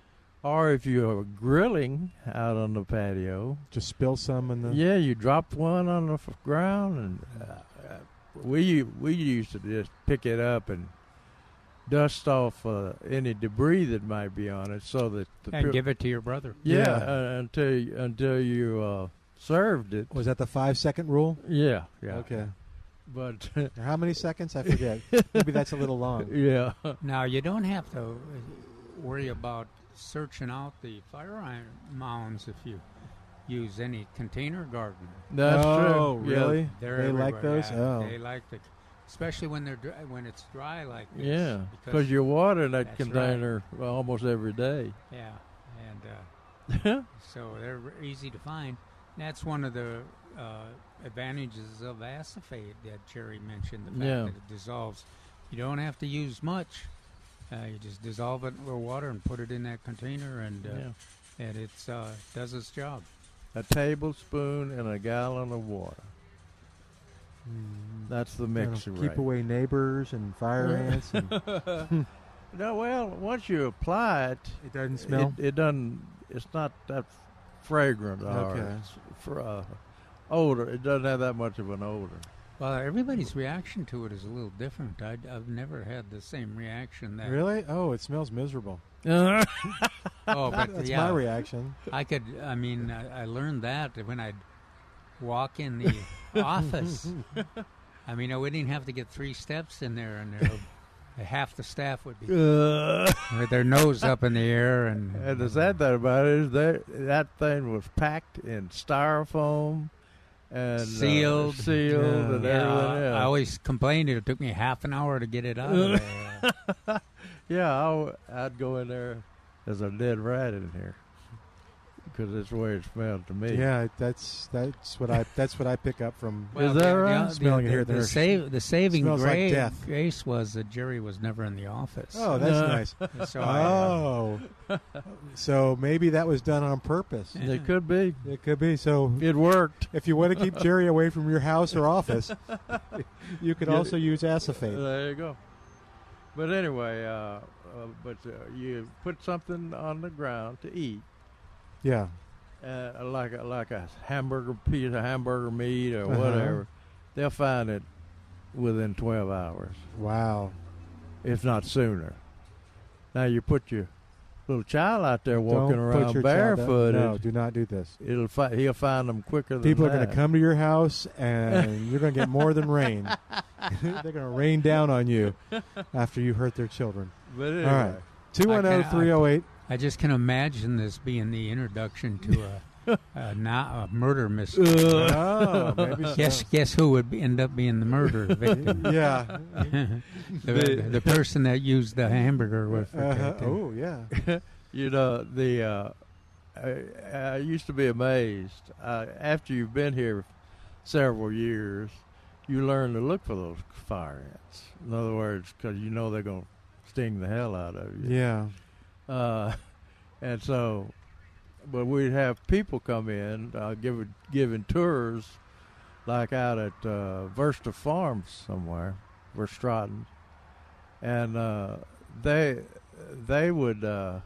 or if you're grilling out on the patio, Just spill some in the. yeah, you drop one on the f- ground, and uh, uh, we we used to just pick it up and dust off uh, any debris that might be on it, so that the and pil- give it to your brother. yeah, Yeah. Uh, until you- until you uh, served it. Was that the five second rule? Yeah, yeah. Okay. But Or how many seconds? I forget. Maybe that's a little long. yeah, Now you don't have to worry about searching out the fire iron mounds if you use any container garden. that's oh, true. Yeah. really? They're they like everywhere. those? Yeah, oh. They like the, especially when they're dry, when it's dry like this. Yeah, because you're watering that That's right. container well, almost every day. yeah, and uh, so they're re- easy to find. That's one of the uh, advantages of acephate that Jerry mentioned. The fact Yeah. that it dissolves. You don't have to use much. Uh, you just dissolve it in a little water and put it in that container, and uh, Yeah. and it's uh, does its job. A tablespoon and a gallon of water. That's the Hmm. That'll mix, Keep right? away neighbors and fire ants. And No, well, once you apply it, it doesn't smell. It, it doesn't. It's not that fragrant. Or Okay. it's fr- uh, odor. It doesn't have that much of an odor. Well, everybody's reaction to it is a little different. I, I've never had the same reaction that. Really? Oh, it smells miserable. Oh, but That's yeah, my reaction. I could. I mean, I, I learned that when I'd walk in the office. I mean, I wouldn't even have to get three steps in there, and there would- half the staff would be with their nose up in the air, and And the sad thing about it is that that thing was packed in styrofoam and uh, Sealed. sealed, Yeah. and Yeah, everything else. I always complained it took me half an hour to get it out. of there. yeah, I w- I'd go in there. There's a dead rat in here because that's the way it smelled to me. Yeah, that's that's what I that's what I pick up from. Is that the- right? The, Smelling it the, here, the, there's- save, the saving smells like gra- death. grace was that Jerry was never in the office. Oh, that's No. nice. so I, uh, Oh, so maybe that was done on purpose. It could be. It could be. So It worked. if you want to keep Jerry away from your house or office, you could Yeah. Uh, also use acephate. There you go. But anyway, uh, uh, but uh, you put something on the ground to eat, Yeah, uh, like a, like a hamburger piece of hamburger meat or Uh-huh. whatever. They'll find it within 12 hours, wow. if not sooner. Now you put your little child out there walking Don't put around your child up- barefooted. No, do not do this. It'll fi- he'll find them quicker than People are going that. to come to your house, and you're going to get more than rain. They're going to rain down on you after you hurt their children. But anyway, All right, two one zero three zero eight. I just can imagine this being the introduction to a, a, not, a murder mystery. Oh, maybe so. Guess guess who would be, end up being the murder victim? Yeah. the, the, person that used the hamburger with. Uh-huh. Oh, yeah. you know the. Uh, I, I used to be amazed uh, after you've been here several years. You learn to look for those fire ants. In other words, because you know they're going to sting the hell out of you. Yeah. Uh, and so, but we'd have people come in, uh, give, giving tours, like out at uh, Versta Farms somewhere, Verstraten, and uh, they they would uh,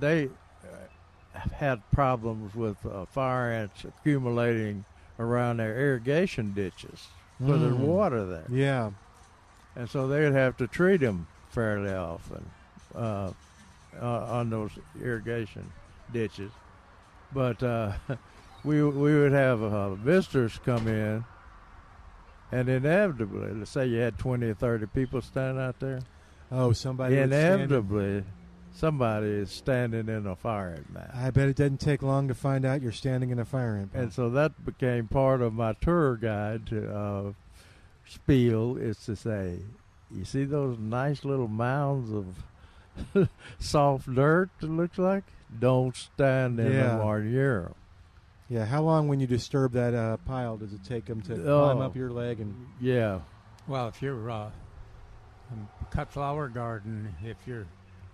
they uh, had problems with uh, fire ants accumulating around their irrigation ditches because there's Mm. water there Yeah. and so they'd have to treat him fairly often uh, uh, on those irrigation ditches. But uh, we we would have uh, visitors come in, and inevitably, let's say you had twenty or thirty people standing out there, Oh, somebody. would stand- inevitably somebody is standing in a fire ant mask. I bet it doesn't take long to find out you're standing in a fire ant. And so that became part of my tour guide to, uh, spiel is to say, you see those nice little mounds of soft dirt, it looks like? Don't stand in Yeah. them or near 'em. Yeah, how long when you disturb that uh, pile does it take them to climb Oh. up your leg and Yeah. Well, if you're uh, um, cut flower garden, if you're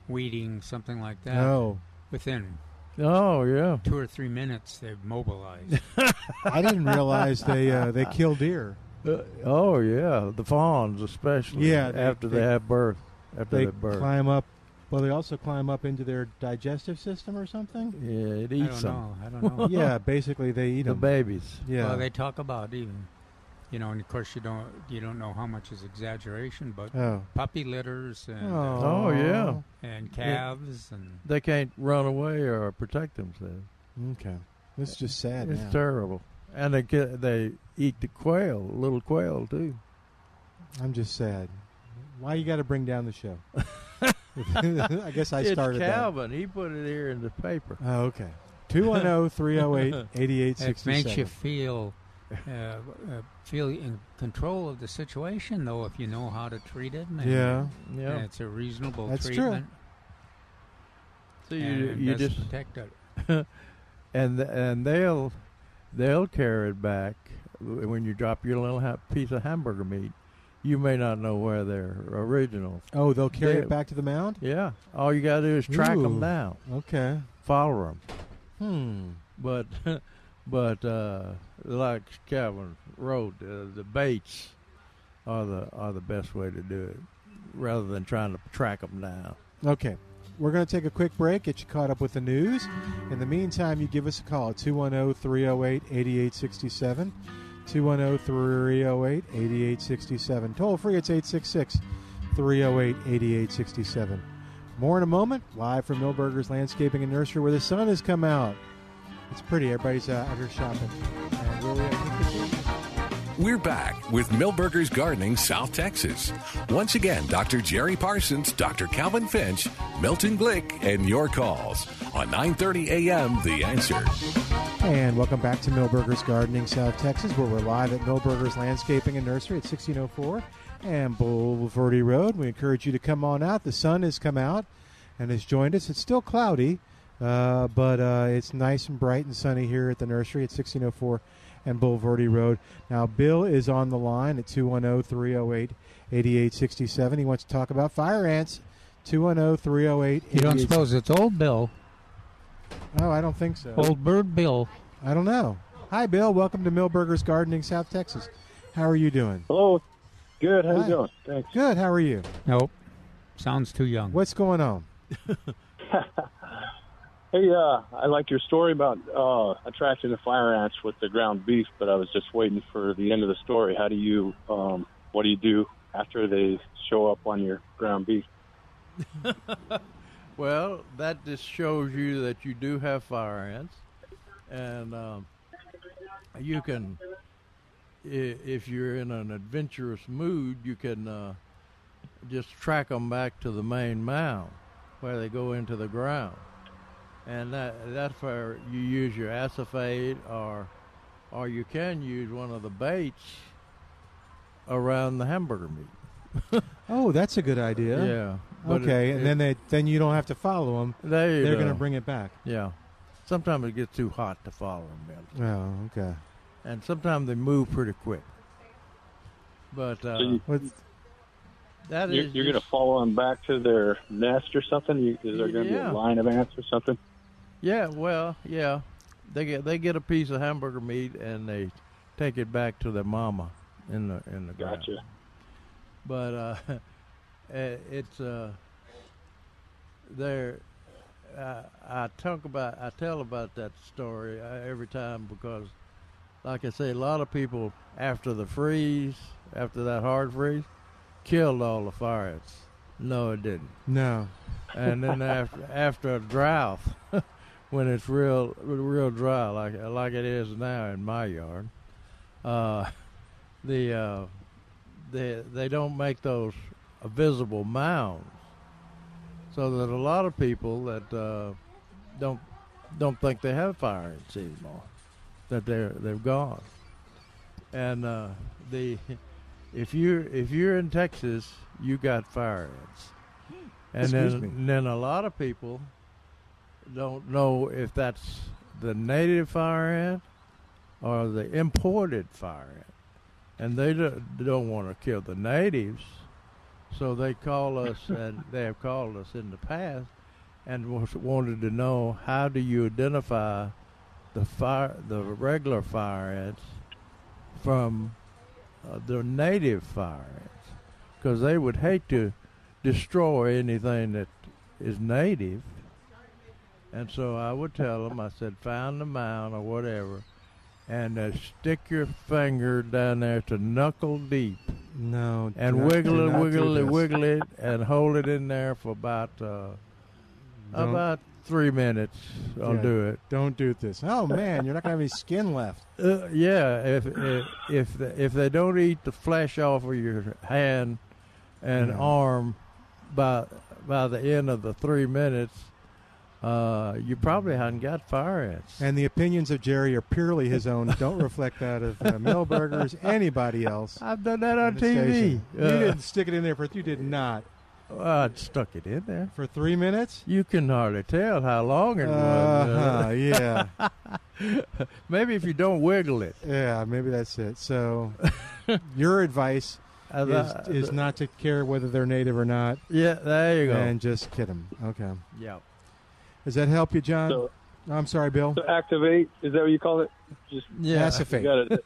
weeding something like that, Oh. within Oh, yeah. two or three minutes they've mobilized. I didn't realize they uh, they kill deer. Uh, oh, yeah. The fawns, especially. Yeah, they- after they, they- have birth. After They they birth. climb up. Well, they also climb up into their digestive system or something. Yeah, it I eats don't them. know. I don't know. yeah, basically they eat The them. babies. yeah, Well, they talk about even, you know, and of course you don't you don't know how much is exaggeration, but oh. puppy litters and uh, Oh, yeah. and calves and They can't run away or protect themselves. Okay, this is just sad. It's now. terrible. And they get, they eat the quail, little quail too. I'm just sad. Why you got to bring down the show? I guess I started it's that. Calvin. He put it here in the paper. Oh, okay. oh, 210-308-8867. it makes you feel uh, uh, feel in control of the situation though if you know how to treat it. And, Yeah. Yeah. and it's a reasonable That's true. treatment. so and you it you does just protect it. and and they'll they'll carry it back when you drop your little ha- piece of hamburger meat. You may not know where they're original. Oh, they'll carry Yeah. it back to the mound. Yeah. All you gotta do is track them Ooh. down, Okay. follow them. Hmm. But but uh, like Calvin wrote, uh, the baits are the are the best way to do it, rather than trying to track them down. Okay. We're going to take a quick break, get you caught up with the news. In the meantime, you give us a call oh, at 210 308 8867. 210 308 8867. Toll free, it's 866 308 8867. More in a moment, live from Millburgers Landscaping and Nursery, where the sun has come out. It's pretty. Everybody's uh, out here shopping. And we'll, uh, We're back with Millburgers Gardening South Texas. Once again, Dr. Jerry Parsons, Dr. Calvin Finch, Milton Glick, and your calls on 9:30 a.m. The Answer. And welcome back to Millburgers Gardening, South Texas, where we're live at Millburgers Landscaping and Nursery at 1604 and Boulevardy Road. We encourage you to come on out. The sun has come out and has joined us. It's still cloudy, uh, but uh, it's nice and bright and sunny here at the nursery at 1604 and Boulevardy Road. Now, Bill is on the line at oh, 210 308 8867. He wants to talk about fire ants. oh, 210 308 You don't suppose it's old Bill, Oh, I don't think so. old bird Bill. I don't know. Hi, Bill. Welcome to Millburgers Gardening, South Texas. How are you doing? Hello. Good. How Hi. you doing? Thanks. Good. How are you? Nope, sounds too young. What's going on? Hey, uh, I liked your story about uh, attracting the fire ants with the ground beef, but I was just waiting for the end of the story. How do you, um, what do you do after they show up on your ground beef? Well, that just shows you that you do have fire ants, and um, you can, i- if you're in an adventurous mood, you can uh, just track them back to the main mound where they go into the ground, and that that's where you use your acephate or, or you can use one of the baits around the hamburger meat. Oh, that's a good idea. but it- Okay, it- and then they then you don't have to follow them. there you They're go. going to bring it back. Yeah. Sometimes it gets too hot to follow them, Bill. Oh, okay. and sometimes they move pretty quick. But uh, So you- What's, that You're, is you're going to just- follow them back to their nest or something? You, is there going to be Yeah. a line of ants or something? yeah, well, yeah. They get they get a piece of hamburger meat and they take it back to their mama in the in the ground. Gotcha. but uh, eh, it's uh, there. I, I talk about, I tell about that story uh, every time because, like I say, a lot of people after the freeze, after that hard freeze, killed all the fire ants. No, it didn't. no. And then after after a drought, when it's real real dry like like it is now in my yard, uh, the uh, they they don't make those visible mounds. so that a lot of people that uh, don't don't think they have fire ants anymore, that they're they've gone. And uh, the if you if you're in Texas, you got fire ants, and Excuse then me. and then a lot of people don't know if that's the native fire ant or the imported fire ant, and they do, don't want to kill the natives, so they call us and they have called us in the past and was, wanted to know how do you identify the fire the regular fire ants from uh, the native fire ants because they would hate to destroy anything that is native. And so I would tell them, I said, find the mound or whatever, and uh, stick your finger down there to knuckle deep No. do and not- do wiggle it, not do wiggle it, this. wiggle it, and hold it in there for about uh, Don't- about three minutes. I'll Yeah. do it. Don't do this. Oh man, you're not gonna have any skin left. Uh, yeah, if if if, the, if they don't eat the flesh off of your hand and Yeah. arm by by the end of the three minutes, uh, you probably haven't got fire ants. And the opinions of Jerry are purely his own. Don't reflect that of uh, Millburgers, anybody else. I've done that on in the TV. station. you Uh, didn't stick it in there for. You did not I stuck it in there. for three minutes. You can hardly tell how long it was. Uh-huh, uh. yeah, Maybe if you don't wiggle it. yeah. Maybe that's it. So, your advice Uh, is, the- is not to care whether they're native or not, Yeah, there you go. and just kid them. Okay. yeah. Does that help you, John? So- I'm sorry, Bill. So activate is that what you call it? Just Yeah. you Acephate. got it.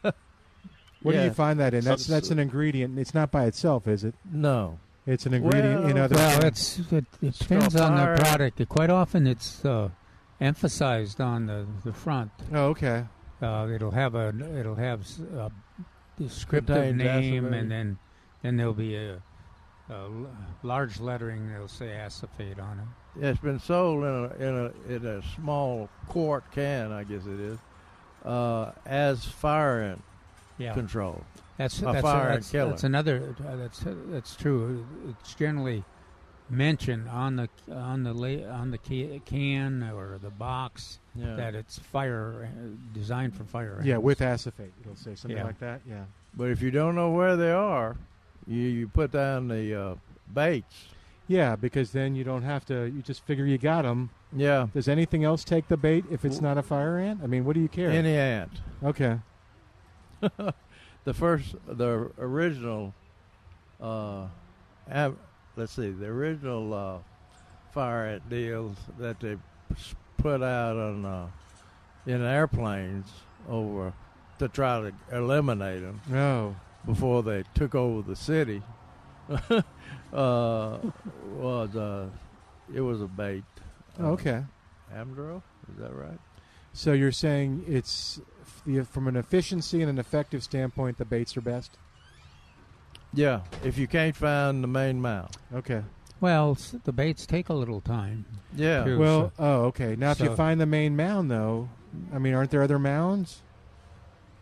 What do Yeah. you find that in? That's that's an ingredient. It's not by itself, is it? No. It's an ingredient in Well, other. Well, it's it, it depends on fire. the product. Quite often, it's uh, emphasized on the, the front. oh, okay. Uh, it'll have a it'll have s- a descriptive Contains name, acetate. and then then there'll be a, a l- large lettering that'll say acephate on it. It's been sold in a in a in a small quart can, I guess it is, uh, as fire ant Yeah, control. that's a that's, fire that's, killer. that's another uh, that's that's true. It's generally mentioned on the on the la- on the ca- can or the box Yeah. that it's fire uh, designed for fire. Yeah, with acephate, it'll say something Yeah. like that. Yeah. But if you don't know where they are, you, you put down the uh, baits. Yeah, because then you don't have to. You just figure you got them. Yeah. Does anything else take the bait if it's not a fire ant? I mean, what do you care? Any ant. okay. The first, the original, uh, av- let's see, the original uh, fire ant deals that they s- put out on uh, in airplanes over to try to eliminate them. No. before they took over the city uh, was uh, it was a bait. Uh, Okay. Amdro, is that right? So you're saying it's f- the, from an efficiency and an effective standpoint, the baits are best. Yeah. If you can't find the main mouth. Okay. Well, s- the baits take a little time. Yeah. True. Well, oh, okay. Now, if you So- find the main mound, though, I mean, aren't there other mounds?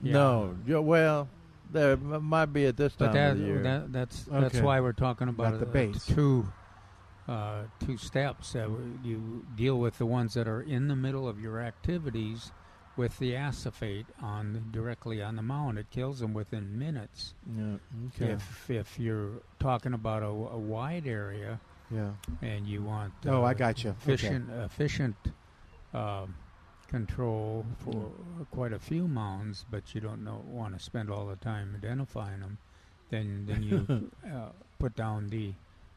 No. Yeah, well, there m- might be at this time But that, of the year. that that's that's Okay. why we're talking about, About the uh, base. two uh, two steps. Uh, you deal with the ones that are in the middle of your activities with the acephate on directly on the mound. It kills them within minutes. yeah. Okay. If if you're talking about a, a wide area Yeah. and you want Oh, I uh, got you. Okay. efficient efficient um, control for quite a few mounds, but you don't know, want to spend all the time identifying them. Then then you uh, put down the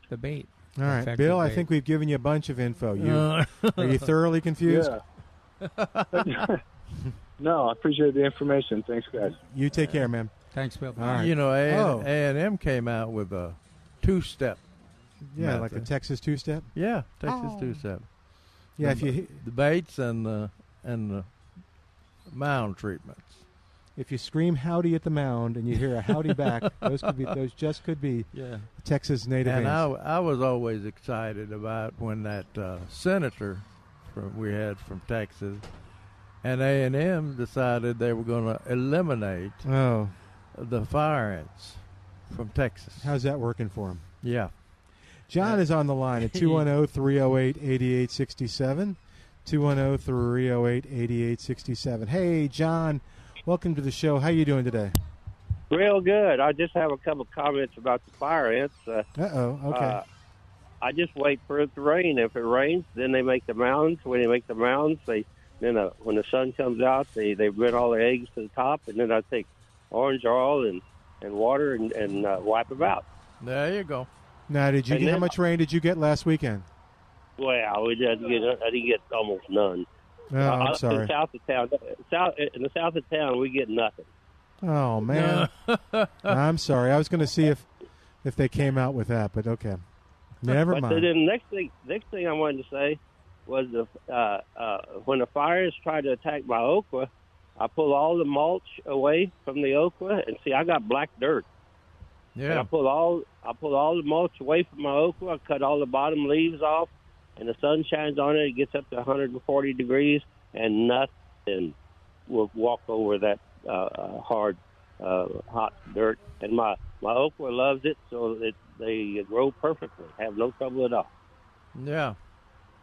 the bait. All right, effective Bill. I bait. think we've given you a bunch of info. You Uh, are you thoroughly confused? Yeah. no, I appreciate the information. Thanks, guys. You take care, man. Thanks, Bill. All right. You know, A Oh. and M came out with a two-step. Yeah, Matt, like the uh, Texas two-step. Yeah, Texas Oh. two-step. Yeah, the, if you the baits and the and the mound treatments. if you scream howdy at the mound and you hear a howdy back, those could be those just could be Yeah. Texas native And I, ants. I was always excited about when that uh, senator from, we had from Texas and A and M decided they were going to eliminate Oh, the fire ants from Texas. how's that working for him? yeah, John is on the line at oh, 210 308 8867. 210 308 8867. Hey, John, welcome to the show. How you doing today? Real good. I just have a couple comments about the fire ants. Uh, Uh-oh, Oh, okay. Uh, I just wait for it to rain. If it rains, then they make the mounds. When they make the mounds, they then uh, when the sun comes out, they they bring all their eggs to the top, and then I take orange oil and and water and, and uh, wipe them out. There you go. Now, did you and get, how then- much rain did you get last weekend? Wow, we didn't get I didn't get almost none. Oh, I- I'm I, sorry. In south of town, south in the south of town, we get nothing. Oh man, I'm sorry. I was going to see if if they came out with that, but okay, never but Then mind. the next thing, next thing I wanted to say was the uh, uh, when the fires tried to attack my okra, I pull all the mulch away from the okra, and see, I got black dirt. And I Yeah. pull all I pull all the mulch away from my okra. I cut all the bottom leaves off, and the sun shines on it. It gets up to 140 degrees, and nothing will walk over that uh, uh, hard, uh, hot dirt. And my my okra loves it, so it they grow perfectly, have no trouble at all. Yeah.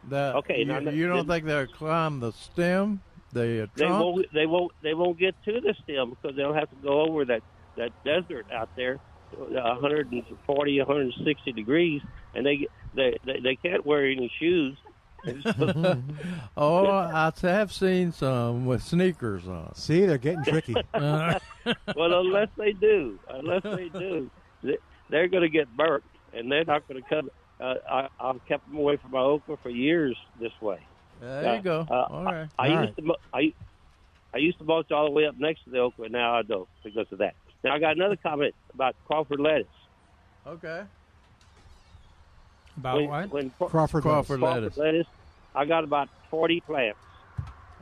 That, Okay, You, now that- you don't then- think they'll climb the stem? The uh, They trunk? won't they won't they won't get to the stem because they'll have to go over that that desert out there, uh, 140 160 degrees, and they they they, they can't wear any shoes. Oh, I have seen some with sneakers on. See, they're getting tricky. Uh. well, unless they do, unless they do, th- they're going to get burnt, and they're not going to come. Uh, I, I've kept them away from my okra for years this way. There you Uh, go. uh, All I- right. I, All used to mo- I, I used to mulch all the way up next to the okra. Now I don't because of that. Now I got another comment about Crawford lettuce. Okay. About when, what? when Craw- Crawford lettuce. Crawford lettuce. I got about forty plants,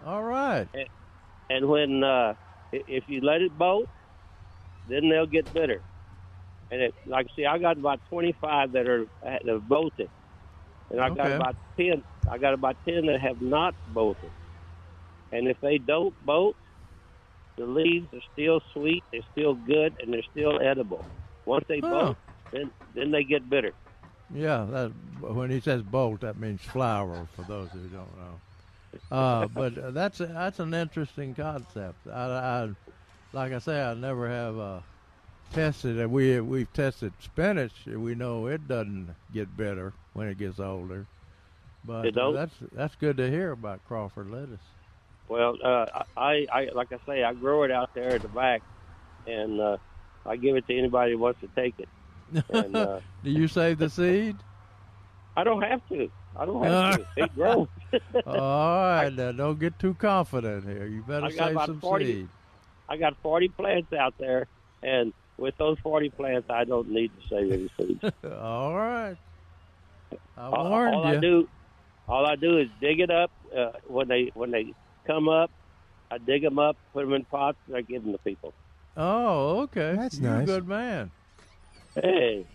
All right. Eh, and when uh, i- if you let it bolt, then they'll get bitter. And it, like see, I got about twenty-five that are that have bolted, and I got Okay. about ten. I got about ten that have not bolted. And if they don't bolt, the leaves are still sweet, they're still good, and they're still edible. Once they Huh. bolt, then then they get bitter. Yeah, that, when he says bolt, that means flower. For those who don't know, uh, but uh, that's that's an interesting concept. I, I like I say, I never have uh, tested it. We we've tested spinach. and We know it doesn't get better when it gets older. But It don't? that's that's good to hear about Crawford lettuce. Well, uh, I, I like I say, I grow it out there at the back, and uh, I give it to anybody who wants to take it. And uh, Do you save the seed? I don't have to. I don't have to. It grows. All right, now don't get too confident here. You better I got save about some 40. seed. I got 40 plants out there, and with those 40 plants, I don't need to save any seeds. All right. I all, warned all you. I do, all I do is dig it up uh, when they when they come up. I dig them up, put them in pots, and I give them to people. Oh, okay. That's You're nice. a good man. Hey,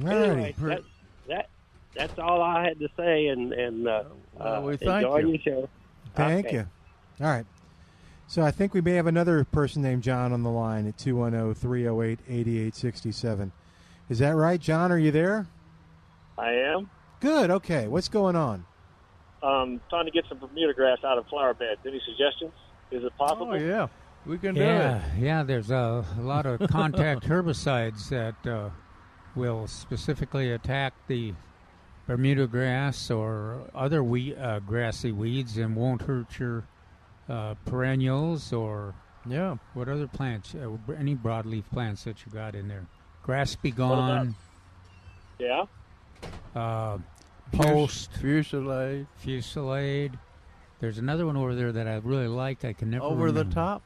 anyway, Alrighty. that, that that's all I had to say, and and uh, Well, we uh, thank enjoy you. your show. Thank Okay. you. All right. So I think we may have another person named John on the line at 210-308-8867. Is that right, John? Are you there? I am. Good. Okay. What's going on? Um, trying to get some Bermuda grass out of flower beds. Any suggestions? Is it possible? Oh, yeah. We can Yeah, do yeah. There's a lot of contact herbicides that uh, will specifically attack the Bermuda grass or other we uh, grassy weeds and won't hurt your uh, perennials or it. Yeah. what other plants, uh, any broadleaf plants that you got in there. Grass be gone, Yeah. uh, post, Fusilade. fusilade. There's another one over there that I really liked. I can never Over the remember. Mm-hmm. top.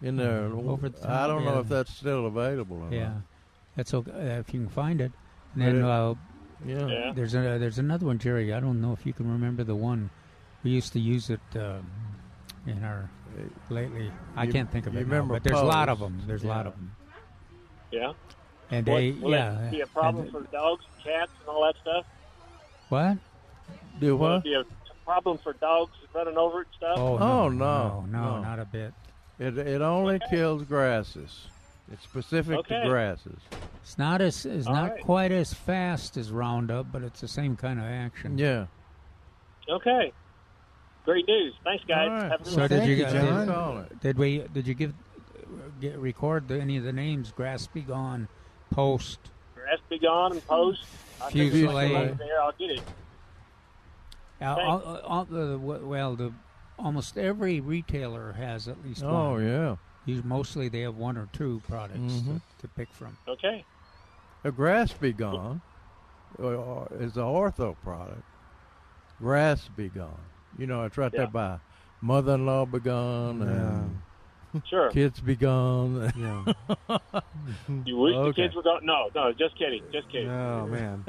In there. Mm, Over the I top, don't know yeah. if that's still available or Yeah, that's okay uh, if you can find it. And But then it- uh, not. Yeah. Yeah. There's a, there's another one, Jerry. I don't know if you can remember the one we used to use it uh, in our lately. I You- can't think of you it. now, remember but there's a lot of Pose. them. There's a lot Yeah. of them, Yeah. and What- they will yeah. it be a problem and- for dogs, cats, and all that stuff? what? Will Do it what? be a problem for dogs running over it and stuff? Oh, Oh, no, no, no, no. not a bit. It, it only kills grasses. It's specific Okay. to grasses. It's not as it's All not right. quite as fast as Roundup, but it's the same kind of action. Yeah. Oh. Okay. Great news. Thanks, guys. Have a good So one. did you, you, did- John. Did, we did you give get, record the, any of the names? Graspy gone, post. Grass be gone and post. I think Fuselage. somebody There, I'll get it. Uh, all, all the, well, the almost every retailer has at least Oh, one. yeah. Us- mostly they have one or two products Mhm. to, to pick from. Okay. A grass be gone uh, is an ortho product. Grass be gone. You know, it's right Yeah. there by mother in law be gone and Sure. kids be gone. Yeah. You wish the Okay. kids were gone. No, no, just kidding. Just kidding. Oh man.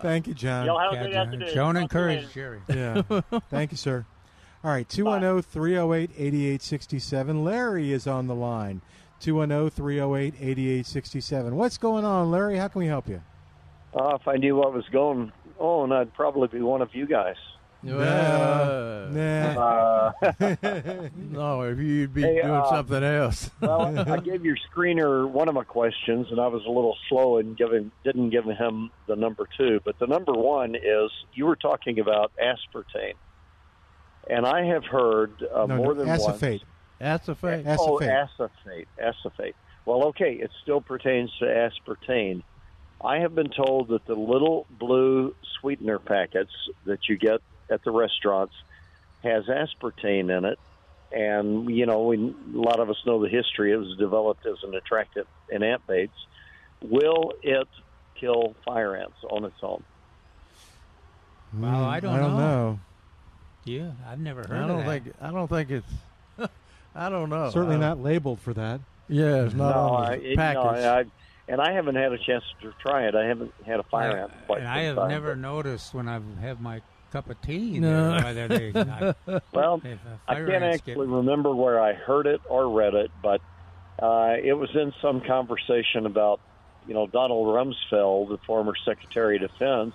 Thank you, John. Y'all have a Yeah, good John- afternoon. John Talk to you encouraged later. Yeah. Jerry. Thank you, sir. All right, 210 308 8867. Larry is on the line. 210 308 8867. What's going on, Larry? How can we help you? Uh, if I knew what was going on, I'd probably be one of you guys. Nah. Uh, no, if you'd be Hey, doing uh, something else. well, I gave your screener one of my questions, and I was a little slow in giving didn't give him the number two. But the number one is you were talking about aspartame, and I have heard uh, No, more no, than once. acephate. Acephate. Oh, acephate, acephate. Well, okay, it still pertains to aspartame. I have been told that the little blue sweetener packets that you get at the restaurants has aspartame in it, and you know, we, a lot of us know the history. It was developed as an attractant in ant baits. Will it kill fire ants on its own? Well, I don't, I don't know. Yeah, I've never heard I of don't that. think I don't think it's I don't know. Certainly I- not labeled for that. Yeah, it's not no, on I, the it- no, package. I, and I haven't had a chance to try it. I haven't had a fire Yeah, ant. quite and I have since I- never noticed when I've had my cup of tea No. there, whether they I- well, if a I fire can't ants get- actually remember where I heard it or read it, but uh, it was in some conversation about, you know, Donald Rumsfeld, the former Secretary of Defense,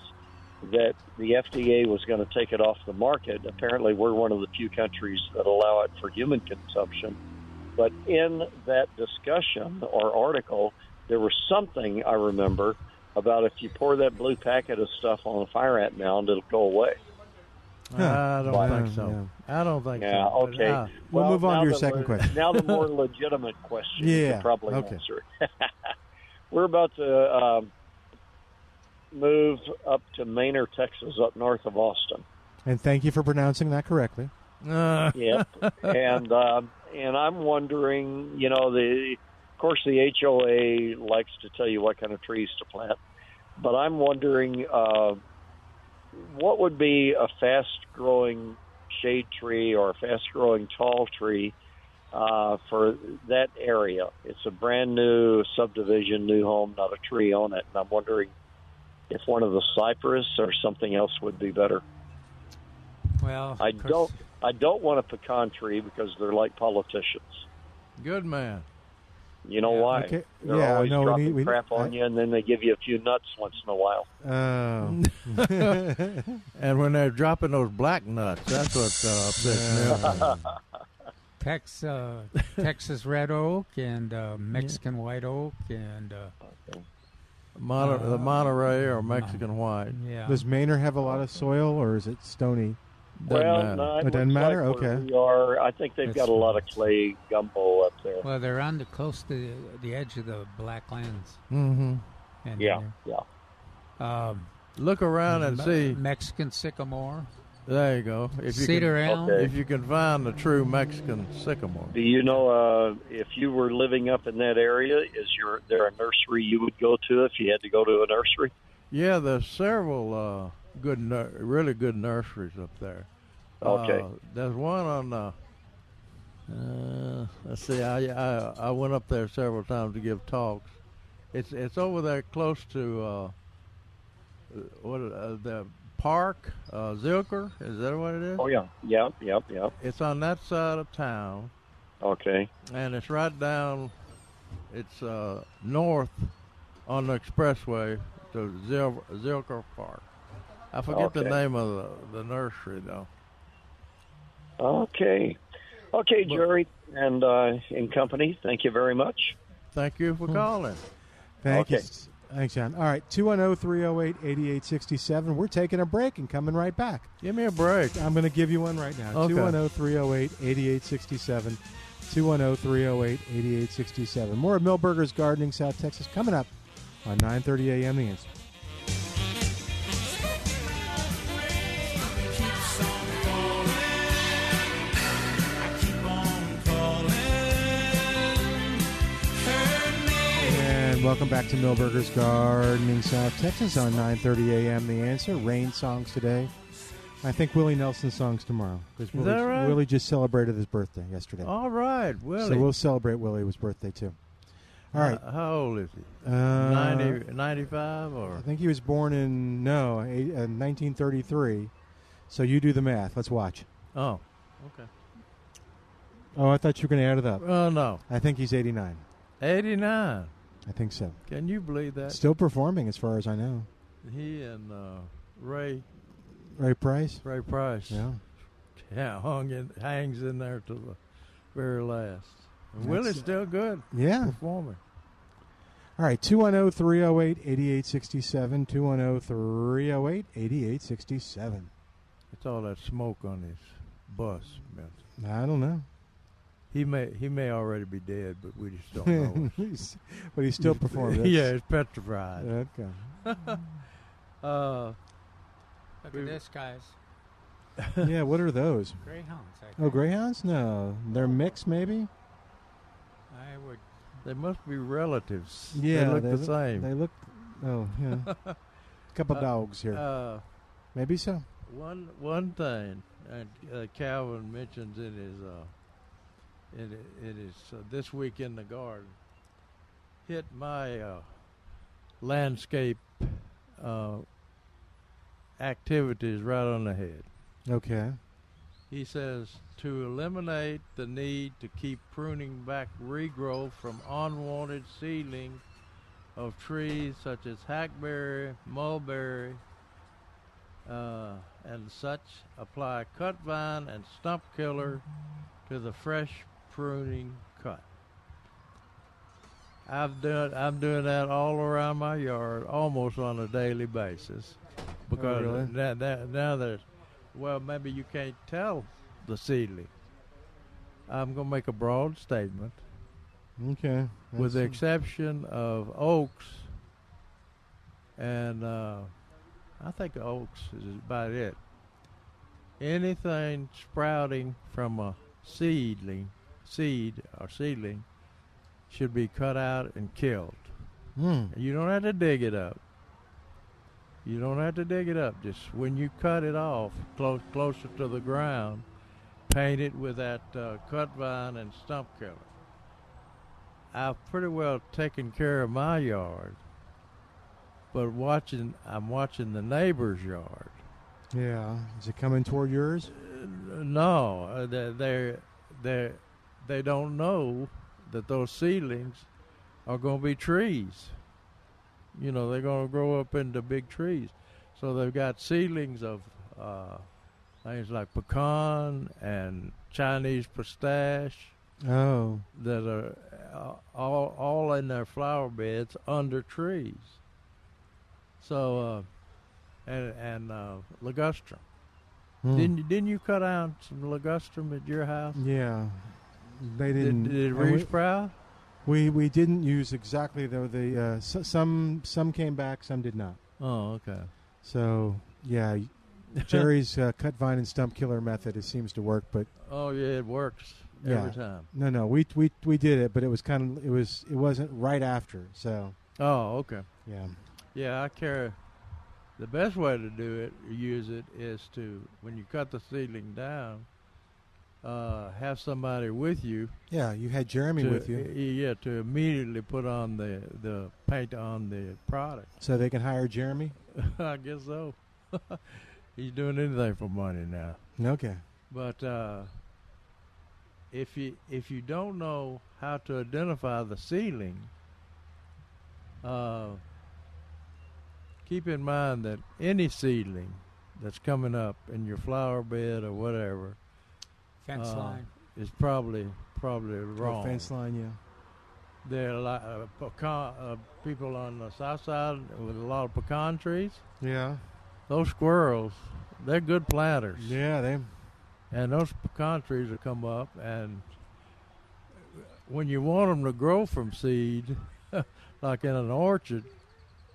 that the FDA was going to take it off the market. Apparently, we're one of the few countries that allow it for human consumption. But in that discussion or article, there was something I remember about if you pour that blue packet of stuff on a fire ant mound, it'll go away. I don't Wow. think so. I don't think Yeah, so. but, okay. uh, We'll move on now to your the second le- question. now the more legitimate question. you Yeah, can probably okay. answer. We're about to um, move up to Manor, Texas, up north of Austin. And thank you for pronouncing that correctly. Yep. and um, and I'm wondering, you know, the of course the HOA likes to tell you what kind of trees to plant, but I'm wondering uh, what would be a fast-growing shade tree or a fast-growing tall tree uh, for that area. It's a brand new subdivision, new home, not a tree on it, and I'm wondering if one of the cypress or something else would be better. Well, I of course- don't. I don't want a pecan tree because they're like politicians. Good man. You know why? okay. They're Yeah, always no, we dropping need- we- crap on you, and then they give you a few nuts once in a while. Oh. and when they're dropping those black nuts, that's what uh, upsets me. Tex, uh, Texas red oak and uh, Mexican white oak and uh, Mon- the Monterey or Mexican white. Yeah. Does Manor have a lot of soil or is it stony? well, No, it looks doesn't matter? like where Okay. We are. I think they've It's got a lot of clay gumbo up there. well, they're on the close to the, the edge of the black lands. Mhm. And, uh, yeah, yeah. Um, Look around and Me- see. Mexican sycamore. There you go. If you Cedar can, elm. Okay. If you can find the true Mexican sycamore. Do you know uh, if you were living up in that area? Is your there a nursery you would go to if you had to go to a nursery? Yeah, there's several uh, good, nur- really good nurseries up there. Okay. Uh, there's one on. Uh, uh, let's see. I, I I went up there several times to give talks. It's it's over there close to uh, what uh, the park uh, Zilker. Is that what it is? Oh yeah, yeah, yeah, yeah. It's on that side of town, Okay. and it's right down. It's uh, north on the expressway to Zil- Zilker Park. I forget the Okay. name of the, the nursery though. Okay. Uh, Okay, Jerry and uh, and company, thank you very much. Thank you for calling. Hmm. Thank you. Okay. Thanks, John. All right, oh, 210 308 8867. We're taking a break and coming right back. Give me a break. I'm going to give you one oh, right now. Okay. 210 308 8867. 210 308 8867. More of Millburgers Gardening South Texas coming up on 9.30 a.m. The Answer. And welcome back to Millburgers Gardening South Texas on 9:30 a.m. The Answer. Rain songs today. I think Willie Nelson songs tomorrow because Is Willie, that right? Willie just celebrated his birthday yesterday. All right, Willie. So we'll celebrate Willie's birthday too. All right. Uh, how old is he? Uh, 90, 95 or? I think he was born in no eh, uh, 1933. So you do the math. Let's watch. Oh, okay. Oh, I thought you were going to add it up. Oh, no. I think he's 89. 89. I think so. Can you believe that? Still performing, as far as I know. He and uh, Ray Ray Price. Ray Price. Yeah. Yeah, hung in, hangs in there to the very last. And That's- Willie's still good. Yeah. Performer. All right, oh, 210 308 8867. 210 308 8867. It's all that smoke on his bus, man. I don't know. He may he may already be dead, but we just don't know. He's- but he's still performing. yeah, That's- he's petrified. Okay. uh, Look at this, guys. yeah, what are those? Greyhounds, I Oh, Greyhounds? No. They're mixed, maybe? I would. they must be relatives. Yeah. they look the same. They look. Oh, yeah. couple Uh, dogs here. Uh, maybe so. One one thing, and uh, Calvin mentions in his uh, in in his uh, this week in the garden hit my uh, landscape uh, activities right on the head. Okay. He says to eliminate the need to keep pruning back regrowth from unwanted seedling of trees such as hackberry, mulberry, uh, and such, apply cut vine and stump killer to the fresh pruning cut. I've done I'm doing that all around my yard almost on a daily basis Oh, because really? now, now, now there's well maybe you can't tell the seedling. I'm gonna make a broad statement. Okay. With the That's- exception of oaks, and uh, I think oaks is about it. Anything sprouting from a seedling, seed or seedling, should be cut out and killed. Hmm. You don't have to dig it up. You don't have to dig it up. Just when you cut it off, close closer to the ground, paint it with that uh, cut vine and stump killer. I've pretty well taken care of my yard, but watching I'm watching the neighbor's yard. Yeah. Is it coming toward yours? No, uh, they they they they don't know that those seedlings are going to be trees. You know, they're going to grow up into big trees. So they've got seedlings of uh, things like pecan and Chinese pistache Oh. that are uh, all all in their flower beds under trees. So, uh, and and uh, ligustrum. Hmm. Didn't you- didn't you cut down some ligustrum at your house? Yeah. They didn't. Did, did it and we- resprout? We we didn't use exactly though the uh, s some some came back, some did not. Oh, okay. So yeah, Jerry's uh, cut vine and stump killer method it seems to work, but Oh yeah, it works yeah, every time. No, no, we we we did it, but it was kind of it was it wasn't right after. So Oh, okay. yeah, Yeah, I carry. The best way to do it, use it, is to when you cut the seedling down, uh, have somebody with you yeah, you had Jeremy to- with you, y- Yeah, to immediately put on the the paint on the product. so they can hire Jeremy. I guess so. He's doing anything for money now. Okay, But uh, if you if you don't know how to identify the ceiling, uh, keep in mind that any seedling that's coming up in your flower bed or whatever Fence uh, line. is probably probably Or wrong. fence line, yeah. There are a lot of pecan, uh, people on the south side with a lot of pecan trees. Yeah. Those squirrels, they're good planters. Yeah, they. And those pecan trees will come up, and when you want them to grow from seed, like in an orchard,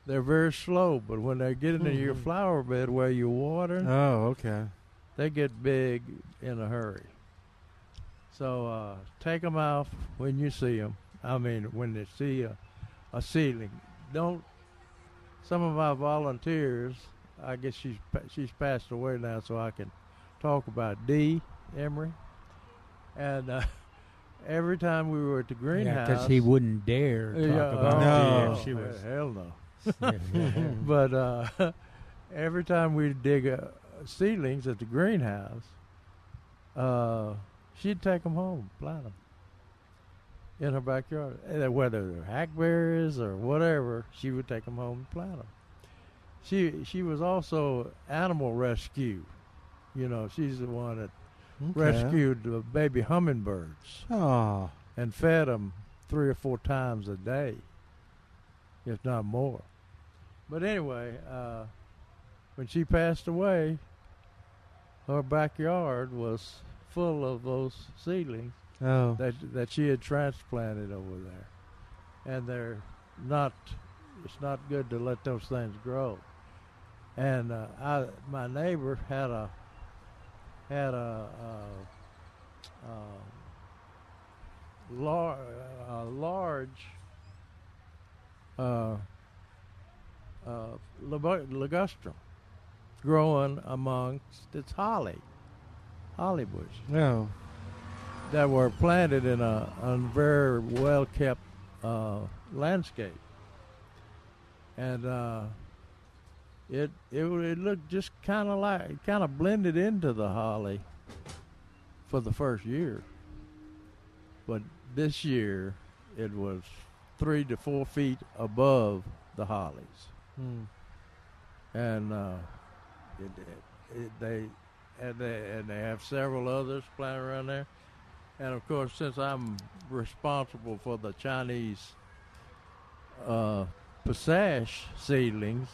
they're very slow. But when they get into your Mhm. flower bed where you're watering, Oh, okay. they get big in a hurry. So uh, take them out when you see them. I mean, when they see a, a ceiling. Don't. Some of my volunteers, I guess she's pa- she's passed away now, so I can talk about Dee Emery. And uh, every time we were at the Yeah, greenhouse, he wouldn't dare talk about oh, Dee if she was- hell no. Yeah. but uh, every time we dig uh, seedlings at the greenhouse, uh, she'd take them home, plant them in her backyard. And Whether they're hackberries or whatever, she would take them home and plant them. She she was also animal rescue. You know, she's the one that Okay. rescued the baby hummingbirds Oh. and fed them three or four times a day, if not more. But anyway, uh, when she passed away, her backyard was full of those seedlings Oh. that that she had transplanted over there, and they're not. It's not good to let those things grow. And uh, I, my neighbor had a had a, uh uh lar- a large uh, uh, lebo- ligustrum growing amongst its holly, holly bush No. that were planted in a, a very well kept uh, landscape, and uh, it, it w- it looked just kind of like kind of blended into the holly for the first year, but this year it was three to four feet above the hollies, Hmm. and uh, it, it, it, they and they and they have several others planted around there. And of course, since I'm responsible for the Chinese uh, pistache seedlings,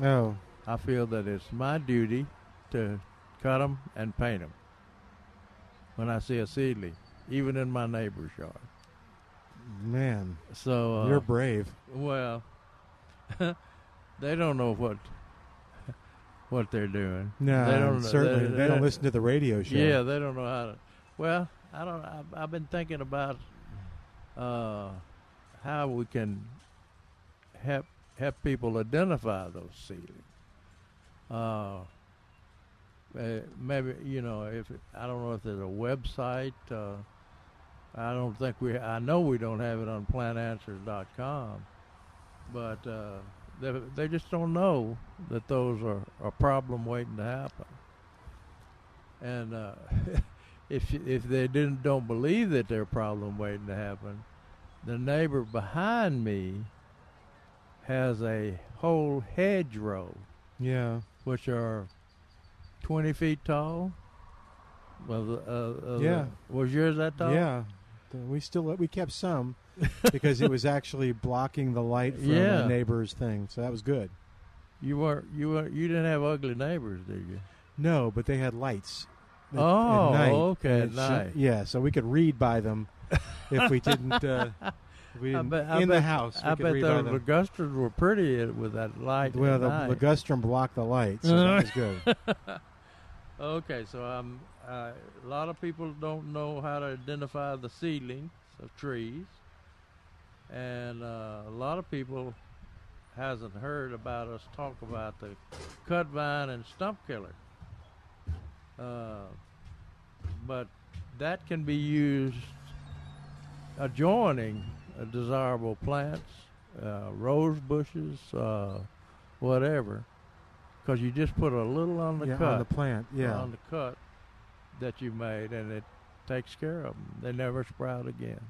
No. I feel that it's my duty to cut them and paint them when I see a seedling, even in my neighbor's yard. Man. So uh, You're brave. Well, they don't know what what they're doing. No, they don't know- certainly. They don't listen to the radio show. Yeah, they don't know how to. Well, I don't. I, I've been thinking about uh, how we can help help people identify those ceilings. Uh, eh, maybe you know if I don't know if there's a website. Uh, I don't think we. I know we don't have it on PlantAnswers.com, but uh, they they just don't know that those are a problem waiting to happen. And uh, if if they didn't don't believe that they're a problem waiting to happen, the neighbor behind me has a whole hedgerow, Yeah. which are twenty feet tall. Well, the- uh, uh, Yeah. was yours that tall? Yeah. Th- We still let- we kept some because it was actually blocking the light from Yeah. a neighbor's thing, so that was good. You weren't. You weren't. You didn't have ugly neighbors, did you? No, but they had lights. at- at Oh, night, okay, and at it sho- night. yeah, so we could read by them if we didn't. Uh, if we I didn't bet, I in bet, the house. we I could bet read by those them. ligusters were pretty uh, with that light. Well, at the night. ligustrum blocked the light, so that was good. okay, so um, uh, a lot of people don't know how to identify the seedlings of trees, and uh, a lot of people hasn't heard about us talk about the cut vine and stump killer. Uh, but that can be used adjoining uh, desirable plants, uh, rose bushes, uh, whatever, because you just put a little on the Yeah, on cut the plant, yeah. on the cut that you made, and it takes care of them. They never sprout again.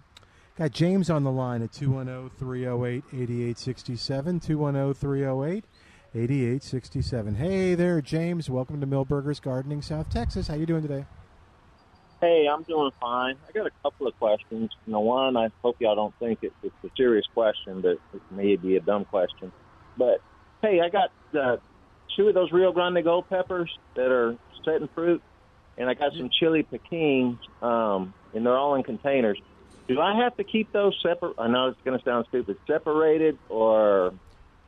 Got James on the line at oh, 210 308 8867. 210 308 8867. Hey there, James. Welcome to Millburgers Gardening, South Texas. How you doing today? Hey, I'm doing fine. I got a couple of questions. You know, one, I hope y'all don't think it's, it's a serious question, but it may be a dumb question. But hey, I got uh, two of those Rio Grande Gold peppers that are set in fruit, and I got some chili Peking, um, and they're all in containers. Do I have to keep those separate? I know it's going to sound stupid, separated or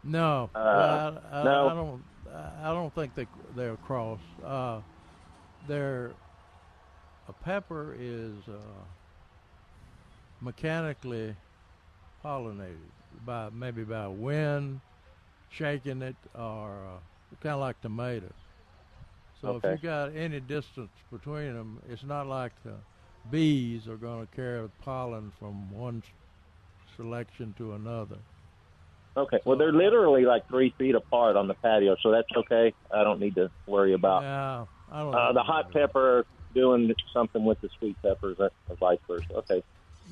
No, Uh, well, I, I, no. I don't. I don't think they they'll cross. Uh, they're a pepper is uh, mechanically pollinated by maybe by wind shaking it or uh, kind of like tomatoes. So Okay. if you got any distance between them, it's not like the bees are going to carry pollen from one s- selection to another. Okay. Well, they're literally like three feet apart on the patio, so that's okay. I don't need to worry about Yeah, I don't. uh, know. the hot pepper doing something with the sweet peppers or or vice versa. Okay.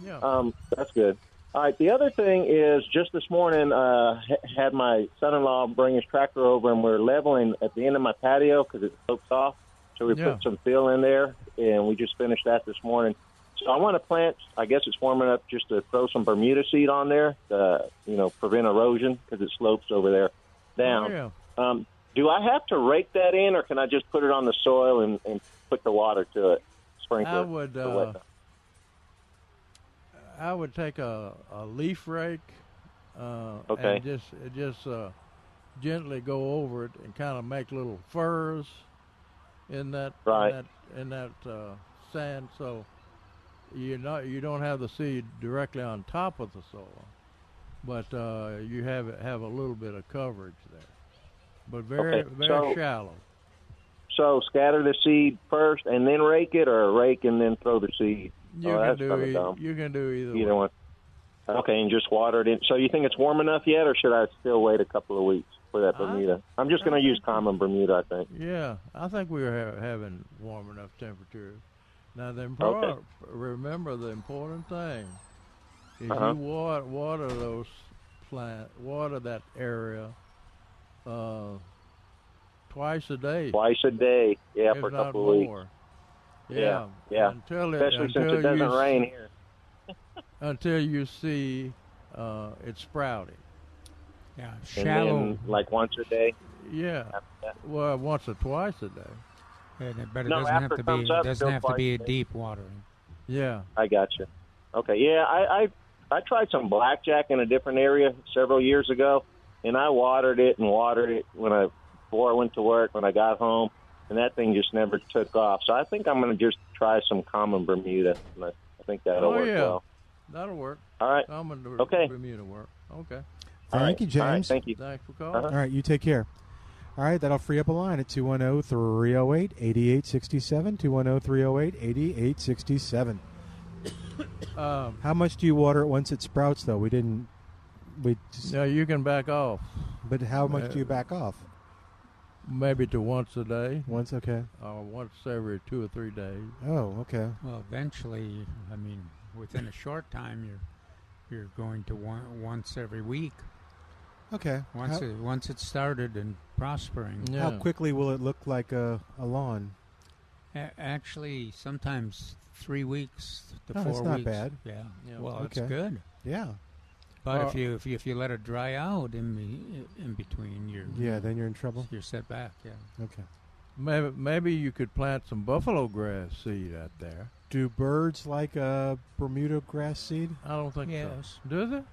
Yeah. Um, that's good. All right. The other thing is, just this morning, uh, h- had my son-in-law bring his tractor over, and we're leveling at the end of my patio because it slopes off. So we Yeah. put some fill in there, and we just finished that this morning. So I want to plant. I guess it's warming up just to throw some Bermuda seed on there, to, you know, prevent erosion because it slopes over there down. Oh, um, do I have to rake that in, or can I just put it on the soil and, and put the water to it, sprinkle I it? would, or uh, whatnot? I would take a, a leaf rake, uh, Okay. and just uh, just uh, gently go over it and kind of make little furrows in that Right. in that, in that uh, sand, so you not you don't have the seed directly on top of the soil, but uh, you have have a little bit of coverage there, but very Okay, very so- shallow. So scatter the seed first and then rake it, or rake and then throw the seed. You oh, can that's do kinda e- dumb. you can do either. Either one. Okay, and just water it in. So you think it's warm enough yet, or should I still wait a couple of weeks for that Bermuda? I'm just going to use common Bermuda, I think. Yeah, I think we are ha- having warm enough temperatures. Now, the impor- Okay. remember the important thing is Uh-huh. you water, water those plant, water that area uh, twice a day. Twice a day, yeah, if for a not couple of weeks. more. Yeah, yeah. Until it, Especially until since it you doesn't s- rain here. Until you see uh, it sprouting. Yeah, And then, like once a day. Yeah. Well, once or twice a day. But it No, doesn't have after to it be comes up, doesn't don't have to be bite. deep watering. Yeah. I gotcha. Okay, yeah, I, I I tried some blackjack in a different area several years ago, and I watered it and watered it when I before I went to work when I got home, and that thing just never took off. So I think I'm going to just try some common Bermuda. and I I think that'll oh, work yeah. well. That'll work. All right. I'm gonna Okay. Bermuda work. Okay. Thank you, James. thank you. Uh-huh. Thanks for calling. All right, you take care. All right, that'll free up a line at oh, 210 308 8867. 210 308 8867. Um, How much do you water it once it sprouts, though? We didn't. We just, no, you can back off. But how much do you back off? Maybe to once a day, Once, okay. or once every two or three days. Oh, okay. Well, eventually, I mean, within a short time, you're you're going to one, once every week. Okay. Once How- it, once it started and prospering. How quickly will it look like a, a lawn? A- actually, sometimes three weeks to Oh, four that's not weeks. bad. Yeah. Yeah. Well, it's Okay. good. Yeah. But Well- if you if you, if you let it dry out in the, in between, you're Yeah, then you're in trouble. you're set back. Yeah. Okay. Maybe maybe you could plant some buffalo grass seed out there. Do birds like a Bermuda grass seed? I don't think Yes. so. Do they? Okay.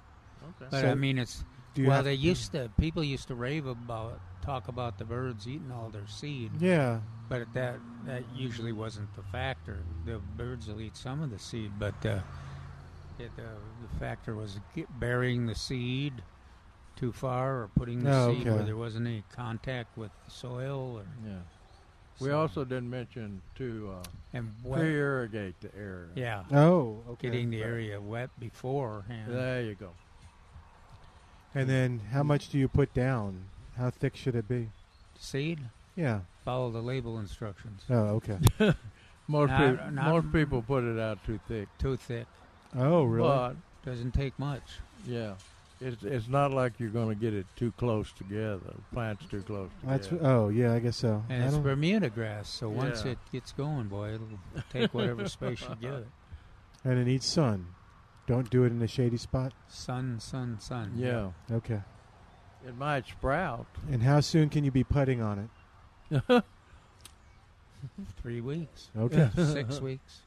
But So, I mean, it's do you well, have they to- used to people used to rave about talk about the birds eating all their seed. Yeah. But that that usually wasn't the factor. The birds will eat some of the seed, but uh, it, uh, the factor was get, burying the seed too far or putting the Oh, seed okay. where there wasn't any contact with the soil. Or, Yeah. We So- also didn't mention to uh, and wet. pre-irrigate the area. Yeah. Oh, okay. Getting the area wet beforehand. There you go. And then how much do you put down? How thick should it be? Seed, Yeah. follow the label instructions. Oh, okay. Most Not- peop- not- most people put it out too thick. Too thick. Oh, really? But Doesn't take much. yeah, it's, it's not like you're going to get it too close together. Plants too close together. That's oh yeah, I guess so. And I it's don't- Bermuda grass, so once Yeah. it gets going, boy, it'll take whatever space you give it. and it needs sun. Don't do it in a shady spot. Sun, sun, sun. Yeah. Okay. It might sprout. And how soon can you be putting on it? Three weeks. Okay. Six weeks.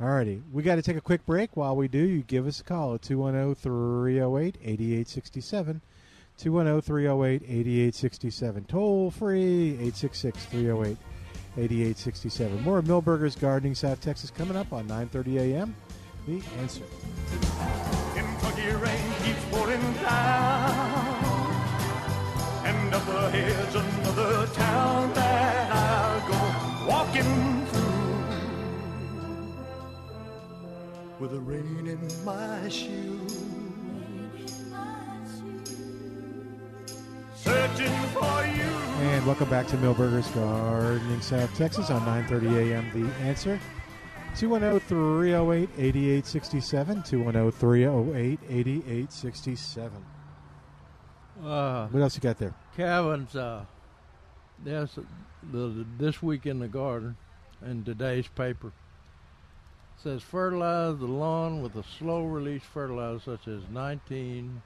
All righty. We got to take a quick break. While we do, you give us a call at 210 308 8867. 210 308 8867. Toll free 866 308 8867. More of Millburgers Gardening South Texas coming up on 9:30 a.m. The answer. Kentucky rain keeps pouring down. And up ahead's another town that I'll go walking uh through. With the rain in my shoes. Searching for you. And welcome back to Millburgers Gardening South Texas on 9:30 a.m. The answer 210-308-8867 210-308-8867. Uh, What else you got there? Kevin's uh, this the, this week in the garden, in today's paper, says fertilize the lawn with a slow release fertilizer such as nineteen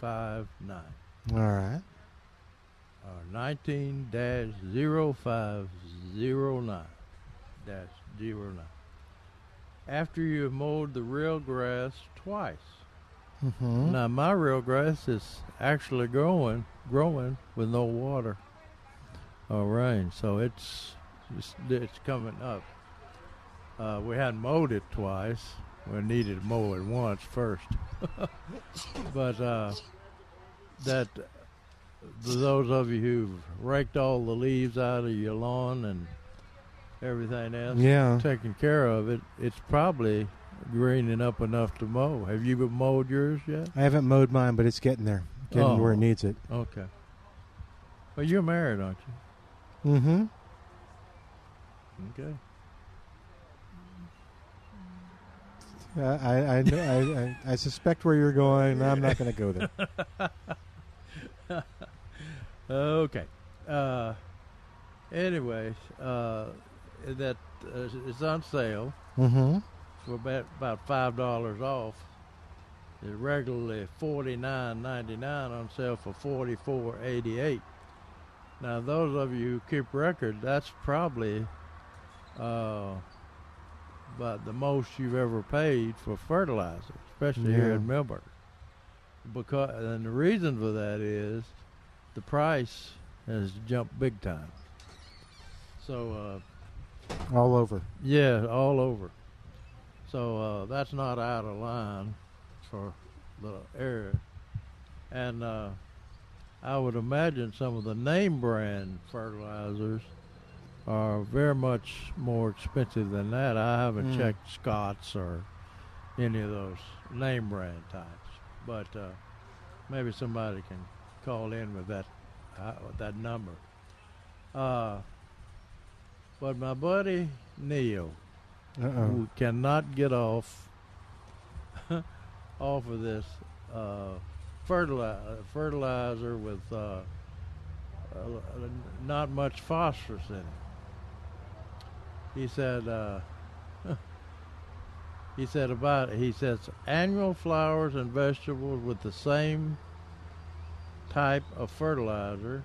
five nine All right. or Uh, nineteen dash zero five zero nine dash zero nine. After you have mowed the real grass twice. Mhm. Now my real grass is actually growing, growing with no water or rain, so it's it's, it's coming up. Uh, we hadn't mowed it twice. We needed to mow it once first, but uh, that those of you who've raked all the leaves out of your lawn and everything else, Yeah. taking care of it, it's probably greening up enough to mow. Have you mowed yours yet? I haven't mowed mine, but it's getting there. Getting Oh. where it needs it. Okay. Well, you're married, aren't Mm-hmm. Mhm. you? Okay. I I, I, I, I I suspect where you're going. and I'm not going to go there. okay. Uh, anyways, uh, that uh, it's on sale Mhm. for about, about five dollars off. It's regularly forty nine ninety nine on sale for forty four eighty eight. Now, those of you who keep record, that's probably uh, about the most you've ever paid for fertilizer, especially here Yeah. in Millburg. Because and the reason for that is the price has jumped big time. So uh, All over. yeah, all over. So uh, that's not out of line for the area. And uh, I would imagine some of the name brand fertilizers are very much more expensive than that. I haven't Mm. checked Scott's or any of those name brand types, but uh, maybe somebody can call in with that uh, with that number. Uh, but my buddy Neil, Uh-oh. who cannot get off off of this uh, fertilizer, fertilizer with uh, uh, not much phosphorus in it. He said. Uh, he said about he says annual flowers and vegetables with the same type of fertilizer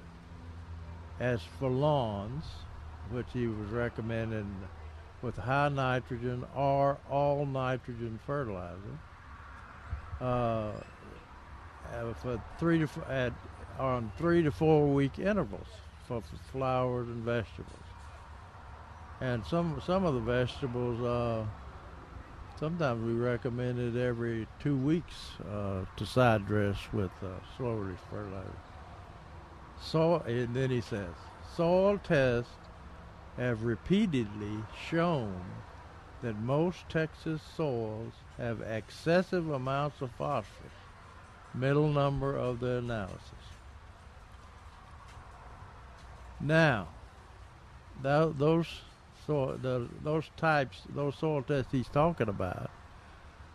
as for lawns, which he was recommending with high nitrogen or all nitrogen fertilizer. Uh, uh, for three to f- at, on three to four week intervals for f- flowers and vegetables, and some some of the vegetables. Uh, sometimes we recommend it every two weeks uh, to side dress with uh, slow release fertilizer. So, and then he says, soil tests have repeatedly shown that most Texas soils have excessive amounts of phosphorus. Middle number of the analysis. Now, tho- those so the, those types, those soil tests he's talking about,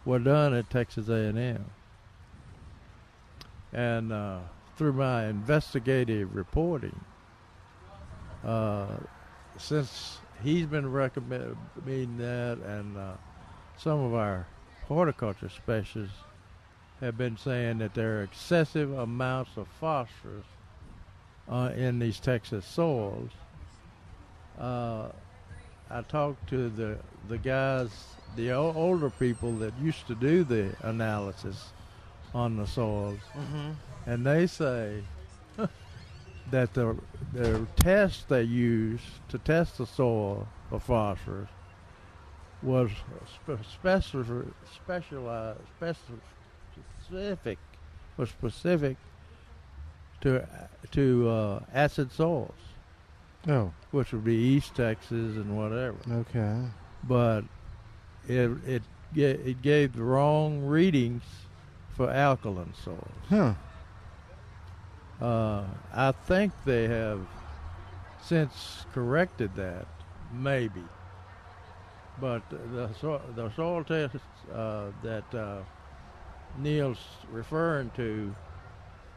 were done at Texas A&M. and uh, through my investigative reporting, uh, since he's been recommending that, and uh, some of our horticulture specialists have been saying that there are excessive amounts of phosphorus uh, in these Texas soils. Uh, I talked to the the guys, the o- older people that used to do the analysis on the soils, Mhm. and they say that the the test they used to test the soil for phosphorus was spe- specif- specialized specif- specific was specific to to uh, acid soils. Oh. which would be East Texas and whatever. Okay. but it it ga- it gave the wrong readings for alkaline soils. Huh. Uh, I think they have since corrected that, maybe. But the soil, the soil test uh, that uh, Neil's referring to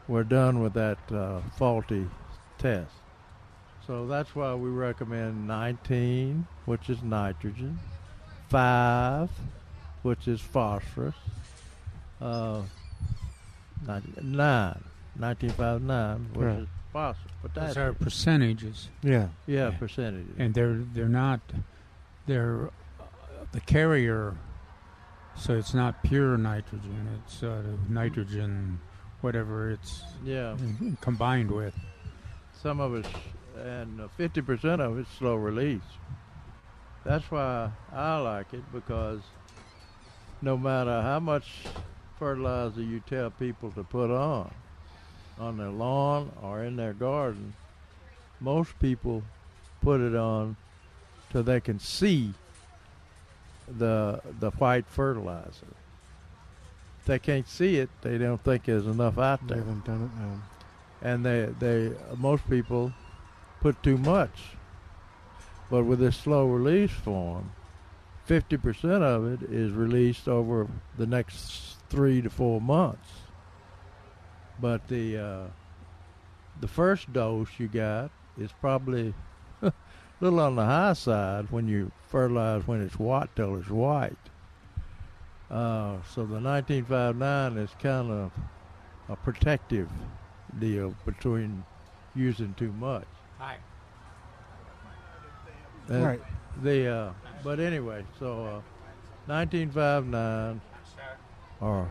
were done with that uh, faulty test. So that's why we recommend 19, which is nitrogen, 5, which is phosphorus, uh, 19, 9, 1959, which Right. is phosphorus. But that's Those are percentages. Yeah. Yeah, percentages. And they're they're not they're uh, the carrier, so it's not pure nitrogen. It's uh, nitrogen, whatever it's Yeah. combined with. some of it's and fifty percent of it's slow release. That's why I like it because no matter how much fertilizer you tell people to put on on their lawn or in their garden, most people put it on so they can see the the white fertilizer. If they can't see it, they don't think there's enough out there. haven't done it now. And they they most people put too much. But with this slow release form, fifty percent of it is released over the next three to four months. But the uh, the first dose you got is probably a little on the high side when you fertilize when it's white till it's white. Uh, so the 1959 is kind of a protective deal between using too much. Hi. And Right. The uh, but anyway, so uh, 1959, or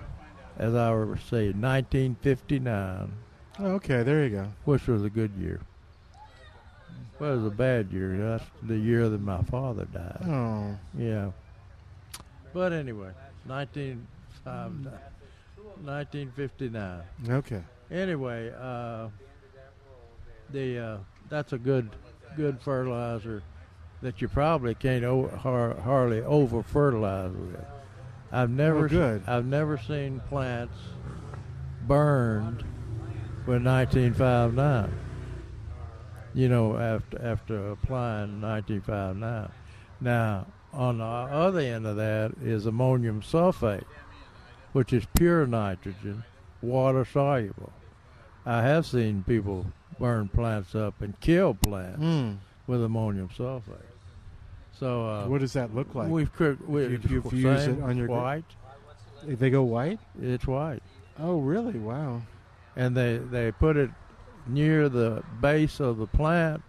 as I would say, 1959. Oh, Okay, there you go. Which was a good year. Well, it was a bad year. That's the year that my father died. Oh. Yeah. But anyway, um, 19, five- 1959. Okay. Anyway, uh, the uh, that's a good good fertilizer that you probably can't o- har- hardly over fertilize with. I've never Oh, good. I've never seen plants burned with 1959. You know, after after applying 1959. Now, on the other end of that is ammonium sulfate, which is pure nitrogen, water soluble. I have seen people burn plants up and kill plants Mm. with ammonium sulfate. So, uh, What does that look like? We've cooked. If We, you- if you if you use same it on your gr- white, If they go white? it's white. Oh, really? Wow. and they they put it near the base of the plant.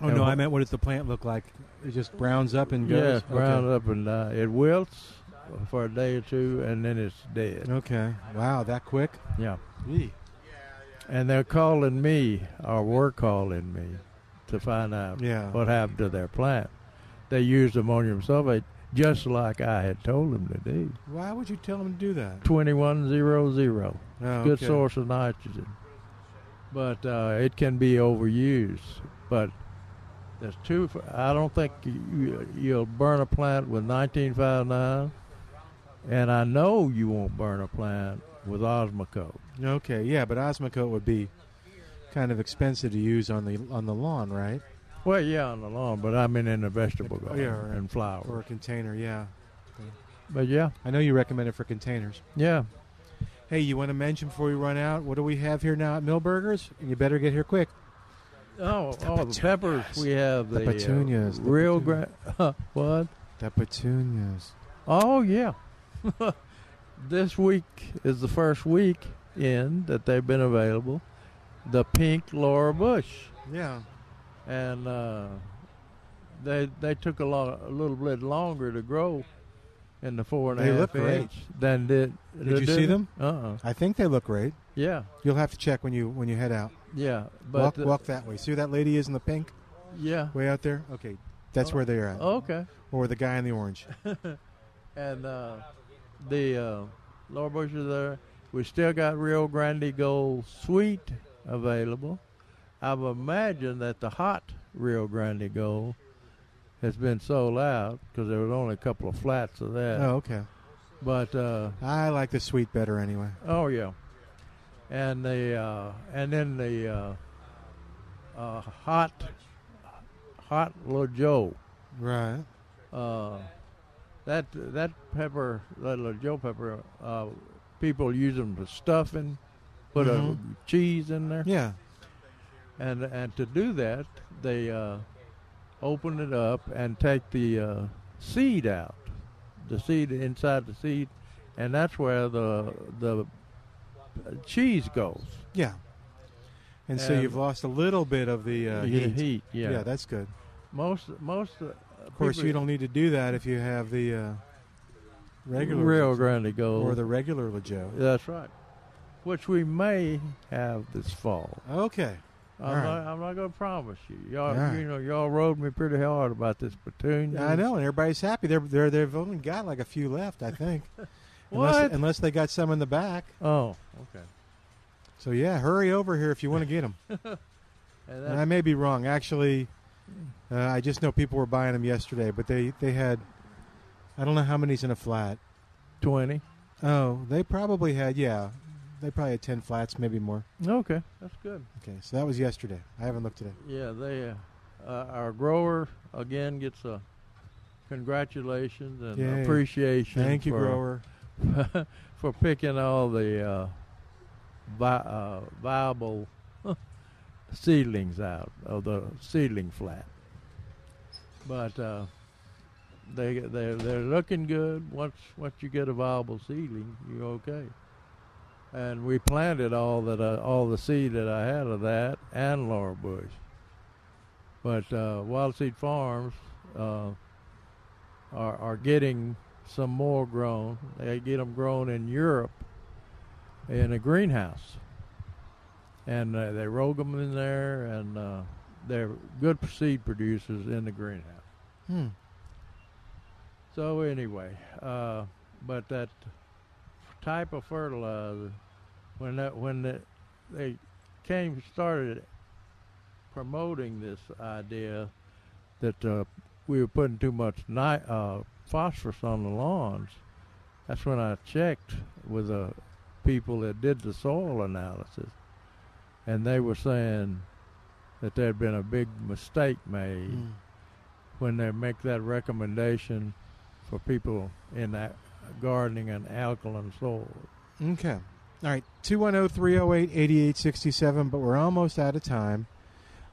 Oh, And no, wh- I meant what does the plant look like? It just browns up and Yes, goes? brown up and uh, it wilts for a day or two, and then it's dead. Okay. Wow, that quick? Yeah. Gee. And they're calling me, or were calling me, to find out Yeah. what happened to their plant. They used ammonium sulfate just like I had told them to do. Why would you tell them to do that? 2100. Oh, Good okay. source of nitrogen. But uh, it can be overused. But there's two, I don't think you, you'll burn a plant with 1959. And I know you won't burn a plant with Osmocote. Okay, yeah, but Osmocote would be kind of expensive to use on the on the lawn, right? Well, yeah, on the lawn, but I mean in the vegetable garden yeah, right. and flowers. Or a container, yeah. But yeah, I know you recommend it for containers. yeah. Hey, you want to mention before we run out? What do we have here now at Millburgers? And you better get here quick. Oh, oh, the peppers. We have the, The petunias, Uh, the real gra- what? The petunias. Oh yeah. this week is the first week in that they've been available. The pink Laura Bush. Yeah. And uh, they they took a lot a little bit longer to grow in the four and a They half look great. inch than did Did you see them? Uh uh I think they look great. Yeah. You'll have to check when you when you head out. Yeah, but walk, the- walk that way. See who that lady is in the pink? Yeah. Way out there? Okay. That's where they are at. Oh. okay. Or the guy in the orange. and uh, the uh, Laura Bush is there. We still got Rio Grande Gold Sweet available. I've imagined that the hot Rio Grande Gold has been sold out because there was only a couple of flats of that. Oh, okay. But uh, I like the sweet better anyway. Oh yeah, and the uh, and then the uh, uh, hot hot little Joe. Right. Uh, that that pepper, that little Joe pepper. Uh, people use them for stuffing, put a Mhm. cheese in there. Yeah. And and to do that, they uh, open it up and take the uh, seed out, the seed inside the seed, and that's where the the cheese goes. Yeah. And so you've lost a little bit of the uh, The heat. heat, yeah. Yeah, that's good. most most. Uh, Of course, you don't need to do that if you have the uh, regular Rio Grande Gold. or the regular Joe. That's right. Which we may have this fall. Okay. I'm All not, right. I'm not gonna promise you. Y'all, All right. Uh, you know, y'all rode me pretty hard about this platoon. I know, and everybody's happy. They're they're they've only got like a few left, I think. Unless, What? unless they got some in the back. Oh, okay. So yeah, hurry over here if you want to get them. And And I may be wrong. Actually, Hmm. uh, I just know people were buying them yesterday, but they, they had, I don't know how many's in a flat. 20. Oh, they probably had, yeah. They probably had 10 flats, maybe more. Okay, that's good. Okay, so that was yesterday. I haven't looked today. Yeah, they uh, uh, our grower again gets a congratulations and Yay. appreciation. Thank you, for, grower, for picking all the uh, vi- uh, viable seedlings out of the seedling flat. But uh, they they they're looking good. Once once you get a viable seedling, you're okay. And we planted all that I, all the seed that I had of that and laurel bush. But uh, Wild Seed Farms uh, are are getting some more grown. They get them grown in Europe in a greenhouse, and uh, they rogue them in there, and uh, they're good seed producers in the greenhouse. Hmm. So anyway, uh, but that type of fertilizer, when that when that they came started promoting this idea that uh, we were putting too much ni- uh, phosphorus on the lawns, that's when I checked with the people that did the soil analysis, and they were saying that there had been a big mistake made when they make that recommendation for people in that gardening and alkaline soil. Okay. All right, oh, 210 308 8867, but we're almost out of time.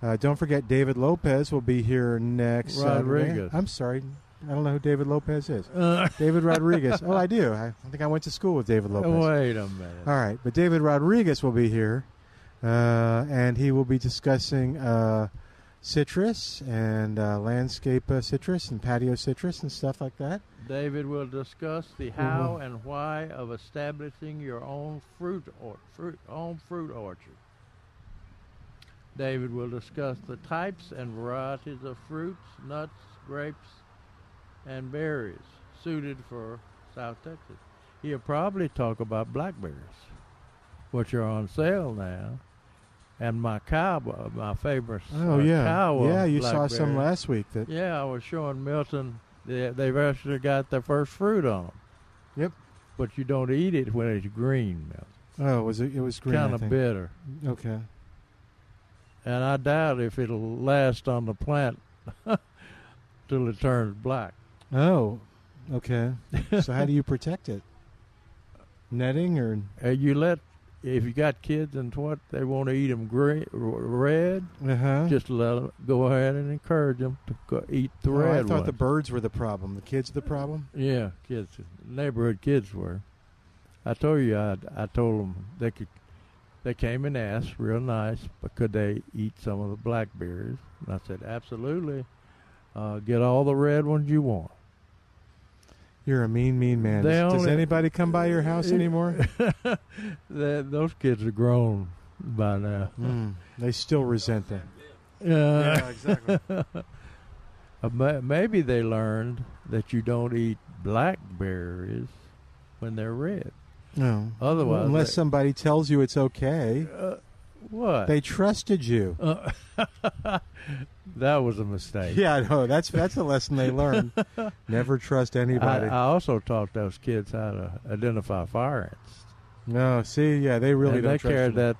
Uh, don't forget, David Lopez will be here next Saturday. Rodriguez. I'm sorry. I don't know who David Lopez is. Uh. David Rodriguez. Oh, I do. I, I think I went to school with David Lopez. Wait a minute. All right, but David Rodriguez will be here, uh, and he will be discussing uh, citrus and uh, landscape uh, citrus and patio citrus and stuff like that. David will discuss the Mm-hmm. how and why of establishing your own fruit or fruit own fruit orchard. David will discuss the types and varieties of fruits, nuts, grapes, and berries suited for South Texas. He'll probably talk about blackberries, which are on sale now, and my cowboy, my favorite. Oh, uh, yeah. Kiowa Yeah, you saw some blackberry. last week that- Yeah, I was showing Milton. They, they've actually got their first fruit on them. Yep. But you don't eat it when it's green, Milton. Oh, was it? It was green. I Kind of think. bitter. Okay. And I doubt if it'll last on the plant till it turns black. Oh, okay. so how do you protect it? netting or And you let if you got kids and what they want to eat them green, r- red, uh-huh. just let them go ahead and encourage them to go eat the Oh, I red thought the birds were the problem. The kids are the problem. one. Yeah, kids, neighborhood kids were. I told you, I I told them they could. They came and asked, real nice, but could they eat some of the blackberries? And I said, absolutely. Uh, get all the red ones you want. You're a mean, mean man. They Does, does only- anybody come by your house anymore? Th those kids are grown by now. Mm, they still resent them. Yeah. Yeah, exactly. Uh, ma- Maybe they learned that you don't eat blackberries when they're red. No. Otherwise, unless they- somebody tells you it's okay, Uh, what? they trusted you. Uh, that was a mistake. Yeah, I know. That's that's a lesson they learned. Never trust anybody. I, I also taught those kids how to identify fire ants. no, see, yeah, they really and don't they trust carried you. that